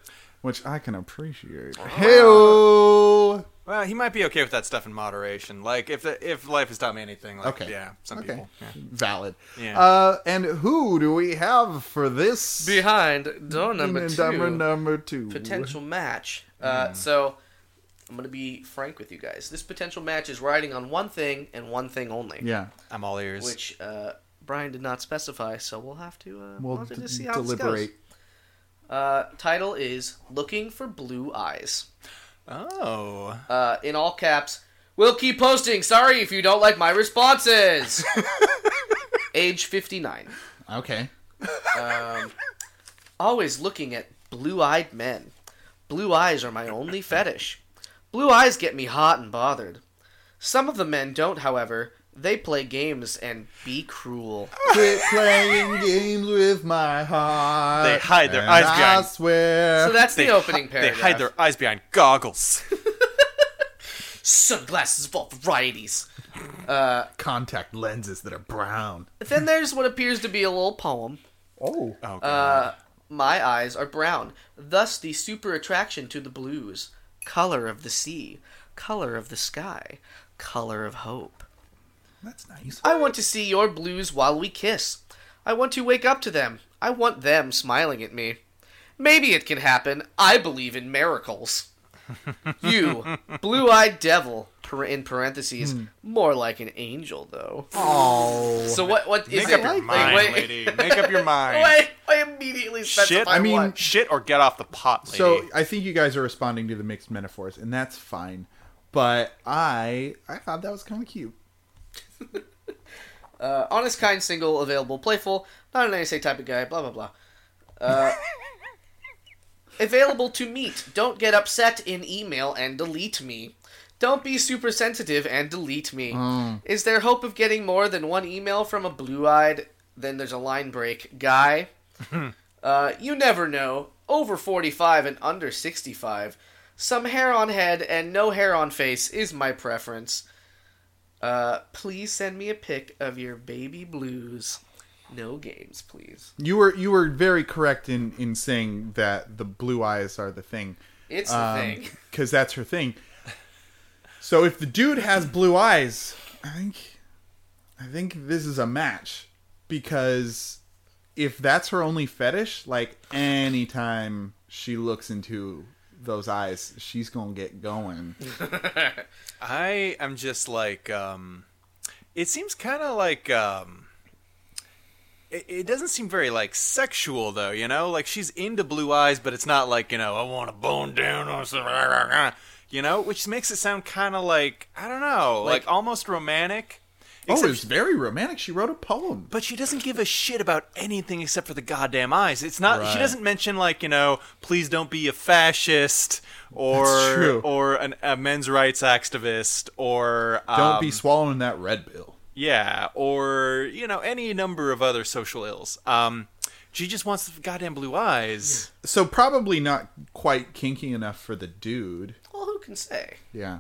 which I can appreciate. Hey Well, he might be okay with that stuff in moderation. Like if the, if life has taught me anything, like Okay. yeah, some okay. people. Yeah. Valid. Yeah. Uh, and who do we have for this? Behind door number And two. number number two. potential Mm-hmm. match. Mm. Uh, so I'm going to be frank with you guys. This potential match is riding on one thing and one thing only, Yeah. I'm all ears. which uh, Brian did not specify. So we'll have to uh, we'll We'll have to d- just see how deliberate. this goes. Uh, title is "Looking for Blue Eyes." oh, Uh, in all caps. We'll keep posting. Sorry if you don't like my responses. Age 59. Okay. always looking at blue eyed men. Blue eyes are my only fetish. Blue eyes get me hot and bothered. Some of the men don't, however. They play games and be cruel. Quit playing games with my heart. They hide their and eyes I behind- swear. So that's Uh, They the opening hi- paragraph. They hide their eyes behind goggles. sunglasses of all varieties. Contact lenses that are brown. Then there's what appears to be a little poem. Oh. Oh, God. My eyes are brown, thus the super attraction to the blues. Color of the sea, color of the sky, color of hope. That's nice. I want to see your blues while we kiss. I want to wake up to them. I want them smiling at me. Maybe it can happen. I believe in miracles. You, blue eyed devil, per- in parentheses, more like an angel, though. Oh. So, what, what is Make it? up your Like, mind, wait- lady. Make up your mind. I, I immediately specify Shit, I mean- what. Shit or get off the pot, lady. So I think you guys are responding to the mixed metaphors, and that's fine. But I I thought that was kind of cute. Uh, honest, kind, single, available, playful, not an NSA type of guy, blah, blah, blah. Uh, available to meet. Don't get upset in email and delete me. Don't be super sensitive and delete me. Is there hope of getting more than one email from a blue eyed, then there's a line break, guy? Uh, you never know. Over 45 and under 65. Some hair on head and no hair on face is my preference. Uh, please send me a pic of your baby blues. No games, please. You were you were very correct in in saying that the blue eyes are the thing. It's the Um, thing. because that's her thing. So if the dude has blue eyes, I think, I think this is a match because if that's her only fetish, like anytime she looks into those eyes, she's gonna get going. I am just like um it seems kind of like um it, it doesn't seem very like sexual though, you know? Like she's into blue eyes but it's not like, you know, I want to bone down on some you know, which makes it sound kind of like I don't know, like, almost romantic. Oh, Except it's very romantic. She wrote a poem. but she doesn't give a shit about anything except for the goddamn eyes. It's not. Right. She doesn't mention like you know, please don't be a fascist or That's true. or an, a men's rights activist or um, Don't be swallowing that red pill. yeah or you know any number of other social ills. Um, she just wants the goddamn blue eyes. So probably not quite kinky enough for the dude. Well, who can say? Yeah.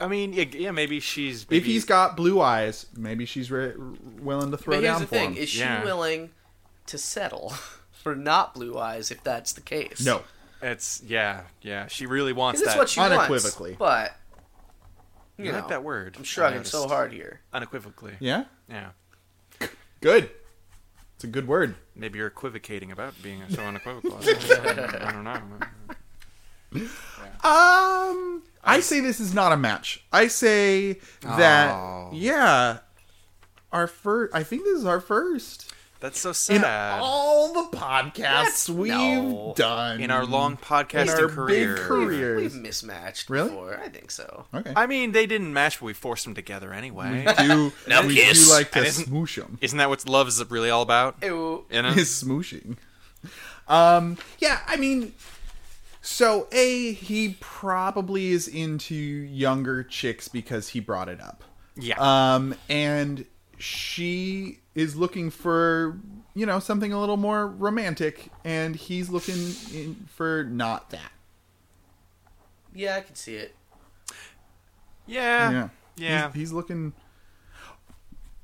I mean, yeah, yeah maybe she's If maybe- he's got blue eyes, maybe she's re- willing to throw But here's down the for thing: him. is she Yeah. willing to settle for not blue eyes if that's the case? no, it's yeah yeah she really wants because it's that. what she Unequivocally. wants. But you I know, like that word. I'm I shrugging noticed. so hard here. unequivocally. yeah. yeah. Good. It's a good word. Maybe you're equivocating about being so unequivocal. I don't- I don't know. Um, I say this is not a match. I say that yeah, our first. I think this is our first That's so in sad. all the podcasts we've no. done in our long in podcasting our career. big We've careers. mismatched Really? before. I think so. Okay. I mean, they didn't match, but we forced them together anyway. do No we kiss. do like to And isn't- smoosh them? Isn't that what love is really all about? Ew. You know? Is smooshing. Um. Yeah. I mean. So a he probably is into younger chicks because he brought it up. yeah. Um, and she is looking for, you know, something a little more romantic, and he's looking in for not that. Yeah, I can see it. yeah. yeah. Yeah. He's, he's looking.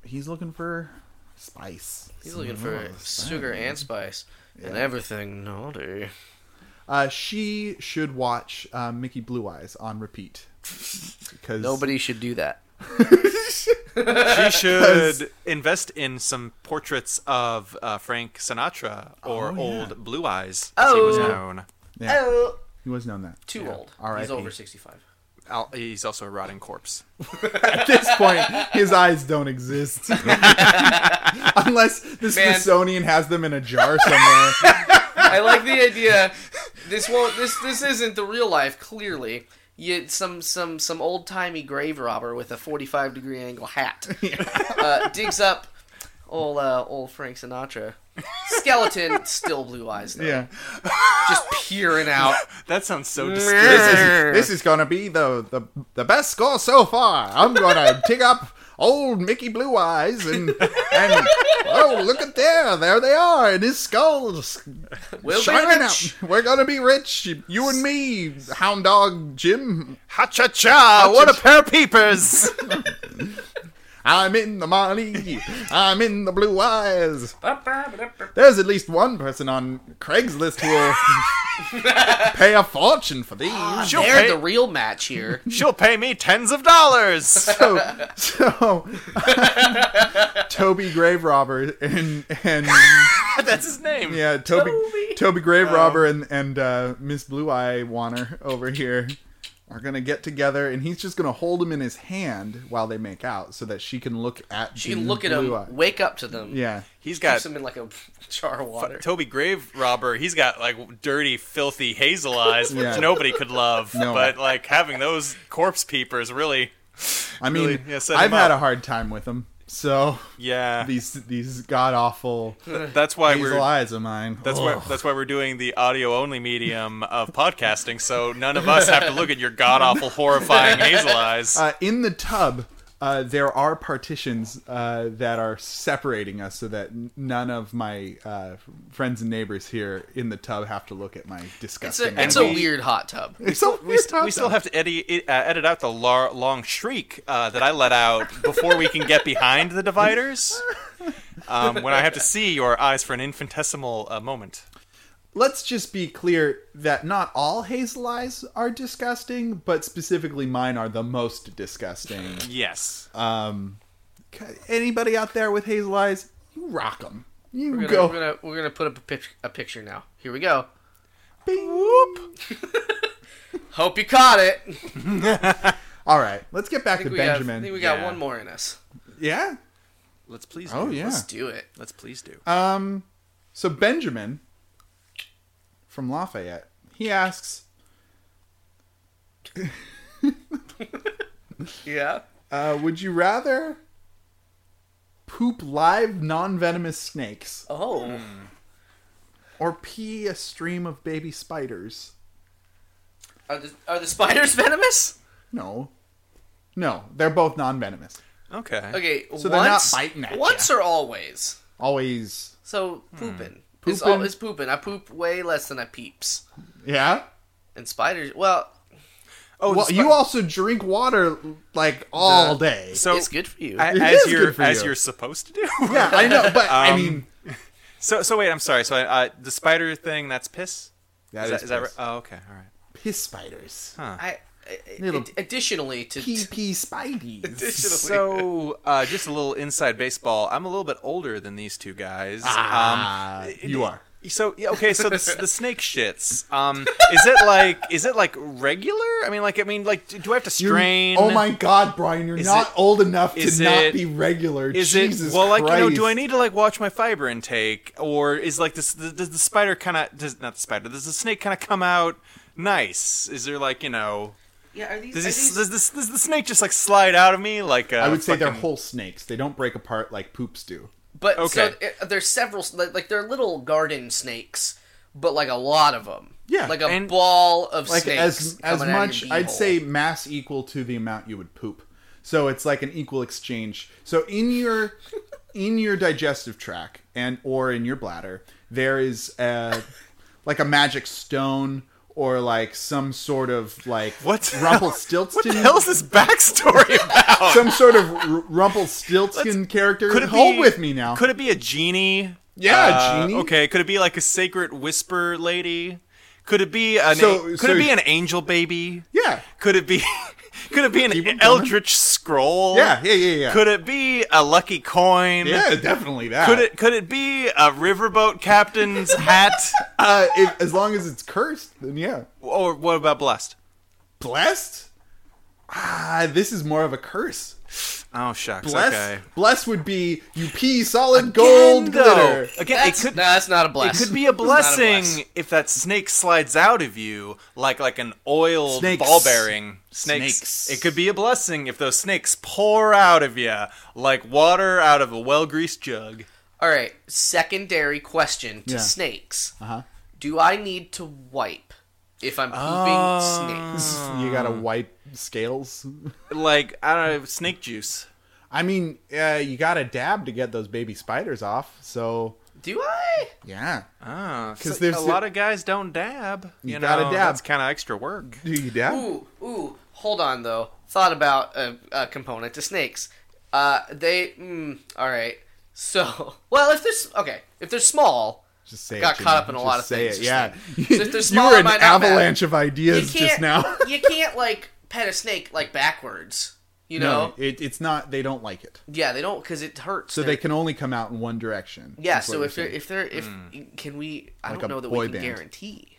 He's looking for spice. Mm. He's looking for Ooh, spice. sugar and spice and everything naughty. Uh, she should watch uh, Mickey Blue Eyes on repeat because Nobody should do that. She should invest in some portraits of uh, Frank Sinatra or Oh, yeah. old Blue Eyes. as he was Oh. known. Yeah. Oh, he was known that. too old. All right. He's over sixty-five. Al- he's also a rotting corpse. At this point, his eyes don't exist. Unless the Man. Smithsonian has them in a jar somewhere. I like the idea. This won't. This this isn't the real life. Clearly, you some some some old timey grave robber with a forty five degree angle hat uh, digs up old uh, old Frank Sinatra. Skeleton, still blue eyes though, Yeah. just peering out. That sounds so This disgusting. is, this is gonna be the, the the best score so far. I'm gonna dig up old Mickey Blue Eyes and and oh look at there, there they are, and his skull's We'll be shining rich. out. We're gonna be rich, you and me, Hound Dog Jim. Ha cha cha! Ah, What a pair of peepers! I'm in the money. I'm in the blue eyes. There's at least one person on Craigslist who will pay a fortune for these. She'll They're pay, the real match here. she'll pay me tens of dollars. so, so Toby Grave Robber and and That's his name. yeah, Toby Toby Grave Oh. Robber and and uh, Miss Blue Eye Warner over here are gonna get together, and he's just gonna hold him in his hand while they make out, so that she can look at She can the look at Blue them, Eye. wake up to them. Yeah, He's keeps got them in like a jar of water. Toby Grave Robber. He's got like dirty, filthy hazel eyes, which Yeah. nobody could love. No. But like having those corpse peepers really, I mean, Really? Yeah, set I've him had up. a hard time with him, so yeah. these these god awful That's why we're. hazel eyes of mine. Oh. That's why, that's why we're doing the audio only medium of podcasting, so none of us have to look at your god awful, horrifying hazel eyes. uh, in the tub uh, there are partitions uh, that are separating us so that n- none of my uh, friends and neighbors here in the tub have to look at my It's disgusting a, it's a And we- weird hot tub. it's so we, st- we still have to edit, uh, edit out the lar- long shriek uh, that I let out before we can get behind the dividers. Um, when I have to see your eyes for an infinitesimal uh, moment. let's just be clear that not all hazel eyes are disgusting but specifically mine are the most disgusting Yes. C- anybody out there with hazel eyes you rock them you We're gonna, go we're gonna we're gonna put up a, pic- a picture now. Here we go. Bing. Whoop. Hope you caught it. I think all right let's get back to we have- I benjamin think we got Yeah. one more in us. yeah Let's please oh do. yeah Let's do it. Let's please do. Um, so Benjamin from Lafayette, he asks, Yeah. uh, "Would you rather poop live non-venomous snakes Oh. or pee a stream of baby spiders?" Are the, are the spiders venomous? No, no, they're both non-venomous. okay. Okay, So they're not once, biting at once or always. Always, So pooping. It's Pooping. always pooping. I poop way less than I peeps. yeah. And spiders, well, Oh, Well, the you spi- also drink water like all day. so it's good for you. a- It as is you're good for as you. you're supposed to do. yeah, I know, but I Um, mean, So so wait, I'm sorry. So I, uh, the spider thing that's piss. is, That is that, is that piss. right? Oh, okay. All right. piss spiders, I, I- Little- ad- additionally to pee pee spideys. So, uh, just a little inside baseball. I'm a little bit older than these two guys. Um, Ah, you are. So yeah, okay, so the, s- the snake shits. Um, is it like is it like regular? I mean, like I mean, like do do I have to You're- strain? Oh my God, Brian, you're Is not it- old enough to is not it- be regular. Is Jesus it well, like you know, do I Christ. need to like watch my fiber intake, or is like this the, does the spider kind of does not the spider does the snake kind of come out nice? Is there like you know yeah, are these, does, are he, these- does this does the snake just like slide out of me like uh, I would say they're fucking- whole snakes. They don't break apart like poops do. but so okay. th- there's several like, like they're little garden snakes, but like a lot of them. Yeah, like a and- ball of Like snakes. as as coming out of much, your I'd beehole. say mass equal to the amount you would poop. So it's like an equal exchange. So in your in your digestive tract and or in your bladder, there is a like a magic stone or like some sort of like What? Rumpelstiltskin. What the hell is this backstory about? some sort of r- Rumpelstiltskin character. Could it Hold be- with me now. Could it be a genie? Yeah, a Uh, genie. Okay, could it be like a sacred whisper lady? Could it be an So- could so- it be an angel baby? yeah, Could it be could it be Keep 'em an coming. eldritch scroll? yeah, yeah, yeah, yeah. Could it be a lucky coin? yeah, definitely that. Could it could it be a riverboat captain's hat? Uh, if, as long as it's cursed, then yeah. Or what about blessed? Blessed. Ah, this is more of a curse. Oh shucks. Bless, Okay. bless would be you pee solid gold Again, though. glitter. Again, it That's, could no, that's not a it bless. could be a It's not blessing bless. if that snake slides out of you like like an oiled Snakes. ball bearing. Snakes. Snakes. It could be a blessing if those snakes pour out of you like water out of a well greased jug. All right. Secondary question to Yeah. snakes: Uh-huh. Do I need to wipe if I'm pooping Ah. snakes? Uh-huh. You gotta wipe scales. Like I don't know, snake juice. I mean, uh, you gotta dab to get those baby spiders off. So Do I? yeah, Oh, 'Cause because there's a the- lot of guys don't dab. You, gotta know, dab. That's kind of extra work. do you dab? Ooh, ooh. Hold on though. Thought about a, a component to snakes. Uh, they. Mm, all right. So, well, if there's okay, if they're small, Just say Got it, caught Jimmy. up in a Just lot of say things It. Yeah, if they're you small, were am an I not bad? avalanche of you ideas can't just now. you can't like pet a snake like backwards. You know? it, it's not. They don't like it, Yeah, they don't because it hurts. so their- they can only come out in one direction. Yeah, is what so you're if they're saying. if they're if can we? I Like a don't know that boy we can band. guarantee.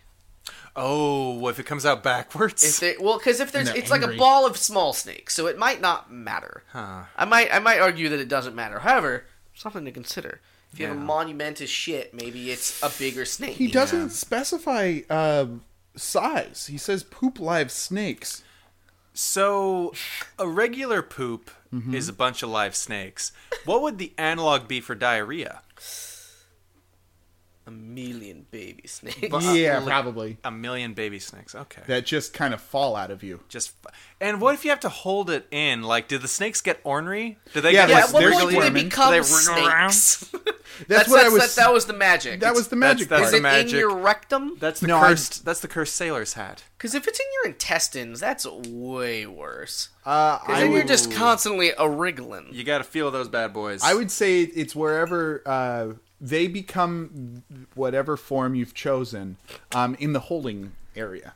Oh, if it comes out backwards. If they well, because if there's they're it's like angry. a ball of small snakes, so it might not matter. Huh. I might I might argue that it doesn't matter. However, something to consider. If you have a monument as shit, maybe it's a bigger snake. he doesn't specify um size, he says poop live snakes. So, a regular poop is a bunch of live snakes. What would the analog be for diarrhea? a million baby snakes. yeah, probably A million baby snakes. Okay. that just kind of fall out of you. Just f- and what if you have to hold it in? Like, do the snakes get ornery? Do they Yeah, get Yeah, like at what they're point do they squirming. become They wriggle around. snakes? That's, what I was. That, that was the magic. that It's- was the magic that's part. Uh, Is the it magic. in your rectum? That's the No, I- cursed. That's the cursed sailor's hat. Because if it's in your intestines, that's way worse. Uh, Because I then you're would, just constantly a wriggling. You got to feel those bad boys. I would say it's wherever uh, they become whatever form you've chosen um, in the holding area.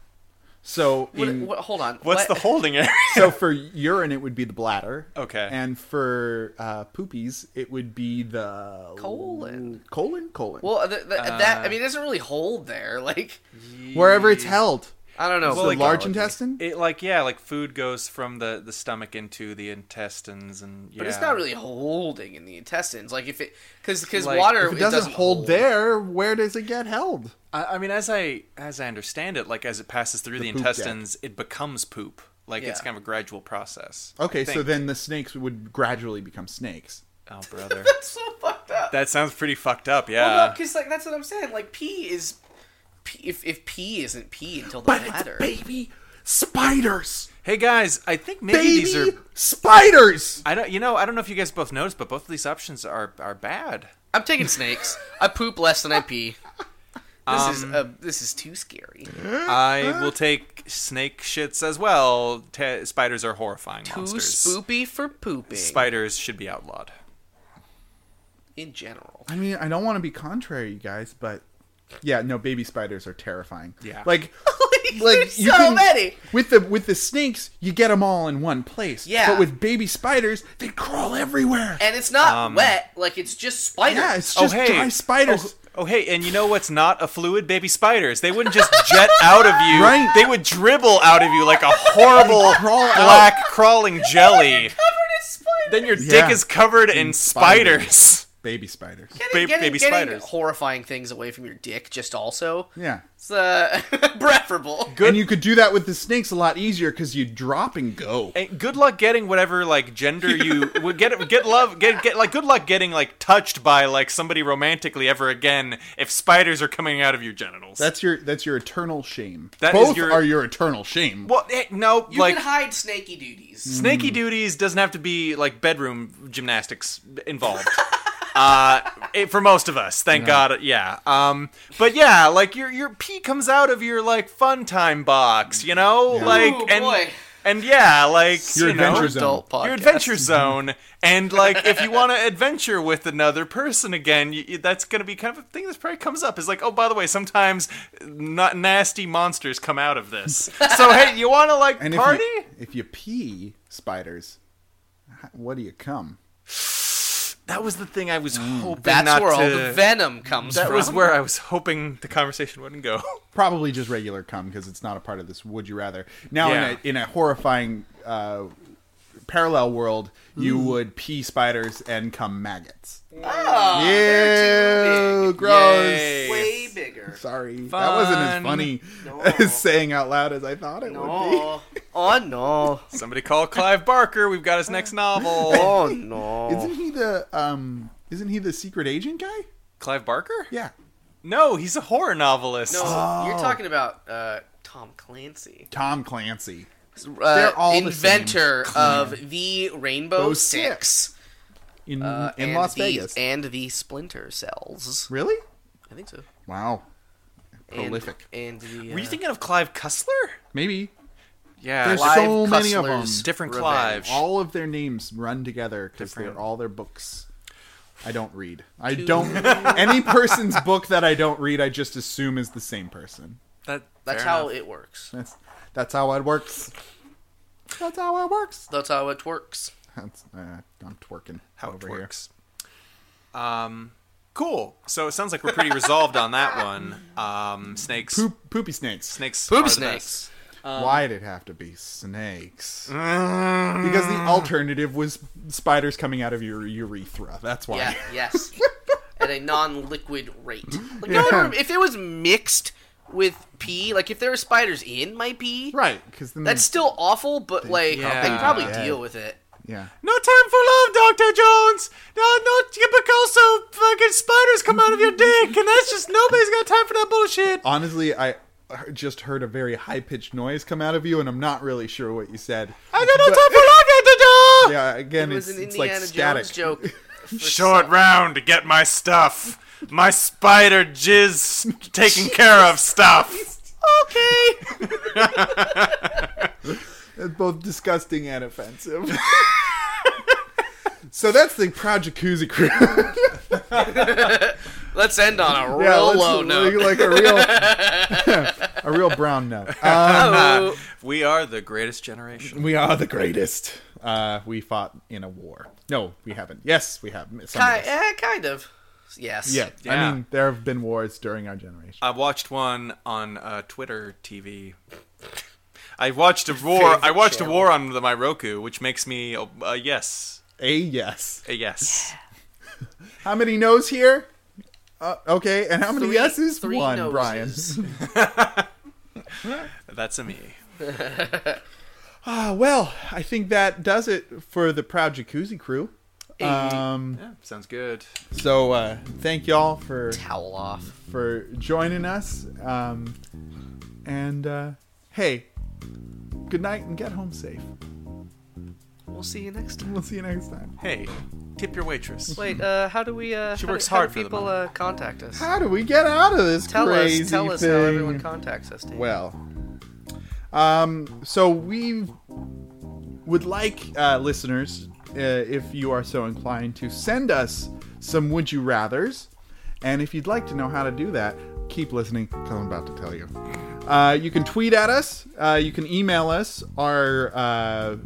So, What, in, what, hold on. What's what? the holding area? so for urine, it would be the bladder. Okay. And for uh, poopies, it would be the Colon. Colon, colon. Well, th th uh, that I mean, it doesn't really hold there. Like, wherever it's held. I don't know. So Well, like- large intestine. It like yeah, like food goes from the the stomach into the intestines and yeah. but it's not really holding in the intestines. Like if it, because because Like, water if it doesn't, hold, there, where does it get held? I, I mean, as I as I understand it, like as it passes through the, poop deck. intestines, it becomes poop. Like it's Yeah. kind of a gradual process. Okay, so Think. then the snakes would gradually become snakes. Oh, brother, That's so fucked up. that sounds pretty fucked up. Yeah. well, no, because like that's what I'm saying. Like pee is, pee, if if pee isn't pee until the bladder. baby spiders. hey guys, I think maybe Baby these are. spiders. I don't. You know, I don't know if you guys both noticed, but both of these options are are bad. I'm taking snakes. I poop less than I pee. This is Um, uh, this is too scary. Uh-huh. I will take snake shits as well. T- spiders are horrifying Too monsters. spoopy for pooping Spiders should be outlawed. in general. I mean, I don't want to be contrary, you guys, but yeah, no, baby spiders are terrifying. Yeah. like Like, like there's you so can- many. with the with the snakes, you get them all in one place. Yeah. but with baby spiders, they crawl everywhere. And it's not Um, wet, like it's just spiders. yeah, it's just oh hey, dry spiders. Oh, oh, hey, and you know what's not a fluid? Baby spiders. They wouldn't just jet out of you. Right. They would dribble out of you like a horrible crawl out. black crawling jelly. covered in spiders. Then your Yeah. dick is covered in spiders. spiders. Baby spiders. ba- baby spiders. horrifying things away from your dick just also Yeah, it's uh, preferable. good. And you could do that with the snakes a lot easier because you drop and go. And good luck getting whatever like gender you would get get love get get like good luck getting like touched by like somebody romantically ever again if spiders are coming out of your genitals. That's your that's your eternal shame. That is Both your- are your eternal shame. well, eh, no, You like can hide snaky duties. Hmm. Snaky duties doesn't have to be like bedroom gymnastics involved. uh, it, for most of us, thank God, yeah. Um, but yeah, like your your pee comes out of your like fun time box, you know, like Ooh, and boy. and yeah, like Your you know, adventure zone. Adult podcast. your adventure zone, and like if you want to adventure with another person again, you, you- that's gonna be kind of a thing that probably comes up. Is like, oh, by the way, sometimes not nasty monsters come out of this. So hey, you want to like And if party? you, if you pee spiders, h- what do you come? That was the thing I was hoping That's not where to. all the venom comes that from. was where I was hoping the conversation wouldn't go. Probably just regular cum because it's not a part of this. Would you rather? Now Yeah. in a in a horrifying uh, parallel world, you would pee spiders and come maggots. Oh, they're too Ew, big. gross. Yay. Way bigger. Sorry, that wasn't as Fun. funny No. as saying out loud as I thought it would No. Oh no. Somebody call Clive Barker. We've got his next novel. Oh be. Isn't no. he the um? Isn't he the secret agent guy? Clive Barker? Yeah. No, he's a horror novelist. No, you're talking about uh, Tom Clancy, Tom Clancy. uh, all the inventor of the Rainbow Rainbow Six, Six. In, uh, in and Las the- Vegas. and the Splinter Cells. really? I think so. Wow. And- Prolific. And, the, Were you uh, thinking of Clive Cussler? Maybe. Yeah, There's Clive- so many of Cussler's them. different Revenge. Clive. All of their names run together because they're Different. all their books. I don't read. I don't. any person's book that I don't read, I just assume is the same person. That, That's fair how enough. it works. That's that's how it works. That's how it works. That's how it works. That's, uh, I'm twerking. how over it works. Um, cool. So it sounds like we're pretty resolved on that one. Um, snakes, Here. Poop, poopy snakes. snakes, are Poop the snakes. Um, Why'd it have to be snakes? because Mm. the alternative was spiders coming out of your urethra. That's why. Yeah. Yes. At a non-liquid rate. Like, no one rem- if it was mixed with pee, like if there were spiders in my pee, Right, because then that's still awful. But like, Yeah. they probably Yeah. deal with it. yeah. No time for love, Doctor Jones. No, no, because so fucking spiders come out of your dick, and that's just nobody's got time for that bullshit. Honestly, I he- just heard a very high pitched noise come out of you, and I'm not really sure what you said. I got no time for love, Doctor Jones. Yeah, again, It was it's, an it's like static. Indiana Jones joke. for Short some- round to get my stuff. My spider jizz taken care of stuff. Okay. It's both disgusting and offensive. so that's the Proud Jacuzzi crew. Let's end on a real let's- low note. like, like a real, a real brown note. Um, Oh, We are the greatest generation. we are the greatest. Uh, we fought in a war. No, we haven't. Yes, we have. Some of ki- us. eh, kind of. Yes. yeah, Yeah. I mean, there have been wars during our generation. I watched one on uh, Twitter TV. I watched a war. I watched a war on the, my Roku, which makes me a, a yes, A yes. a yes. How many no's here? Uh, okay, and how many Three- yeses? three One, noses. Brian. That's a me. Ah, well, I think that does it for the Proud Jacuzzi crew. Um, Yeah, sounds good. so uh, thank y'all for Towel off. for joining us. Um, and uh, hey, good night and get home safe. We'll see you next time. We'll see you next time. Hey, tip your waitress. Wait, uh, how do we? Uh, She how works do, how hard do for the people money. uh, contact us? How do we get out of this Tell crazy us, tell us thing? how everyone contacts us. Dave. Well, um, so we would like uh, listeners, uh, if you are so inclined, to send us some would you rather's. And if you'd like to know how to do that, keep listening because I'm about to tell you. Uh, you can tweet at us. Uh, you can email us. Our uh,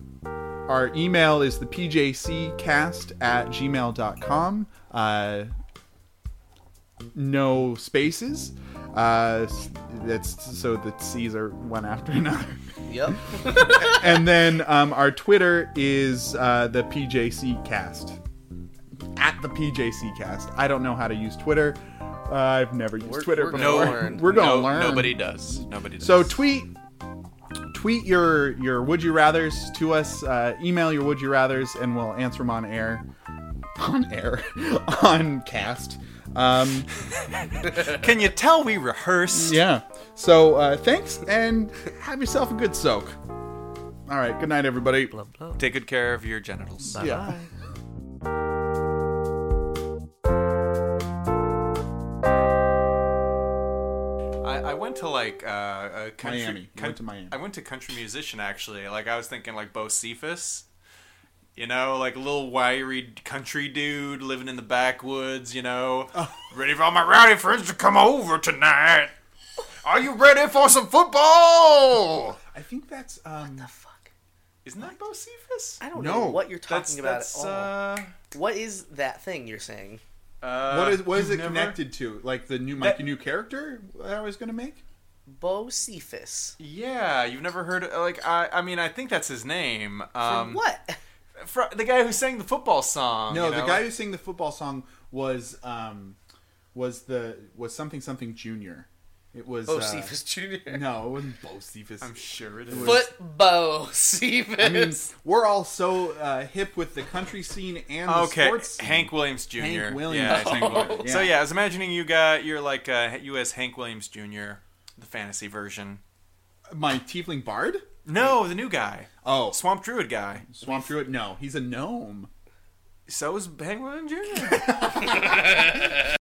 our email is the pjccast at gmail.com. Uh, no spaces. Uh, s- that's so the C's are one after another. yep. and then um, our Twitter is uh, the PJC cast at the PJC cast. I don't know how to use Twitter. Uh, I've never used We're- Twitter we're gonna before. learn. We're gonna No, learn. nobody does. Nobody does. So tweet tweet your your would you rather's to us. Uh, email your would you rather's, and we'll answer them on air. On air, on cast. Um, can you tell we rehearsed? Yeah. So uh, thanks, and have yourself a good soak. All right. Good night, everybody. Take good care of your genitals. Yeah. I, I went to like uh, a country. Miami. You went to Miami. I went to country musician actually. Like I was thinking like Bo Cephas, you know, like a little wiry country dude living in the backwoods, you know, Oh. ready for all my rowdy friends to come over tonight. Are you ready for some football? I think that's um. The fuck? Isn't that Bo Cephas? I don't know No. what you're talking That's about that's at all. uh, What is that thing you're saying? uh. what is what is you've it never- connected to? Like the new my new character that I was gonna make. Bo Cephas. uh, Yeah, you've never heard like I. I mean, I think that's his name. For Um, what? fr- the guy who sang the football song. No, you know, the guy like- who sang the football song was um, was the was something something Junior. It was Bo uh, Cephas Jr. No, it wasn't Bo Cephas. I'm sure it is. Foot Bo Cephas. I mean, we're all so uh, hip with the country scene and the okay, sports scene. Hank Williams Jr. Hank Williams. Yeah, it's Hank Williams. Yeah. So yeah, I was imagining you got you're like uh, you as Hank Williams Jr. The fantasy version. My tiefling bard? No, the new guy, Oh, Swamp Druid guy. Swamp Druid? No, he's a gnome. So is Hank Williams Jr.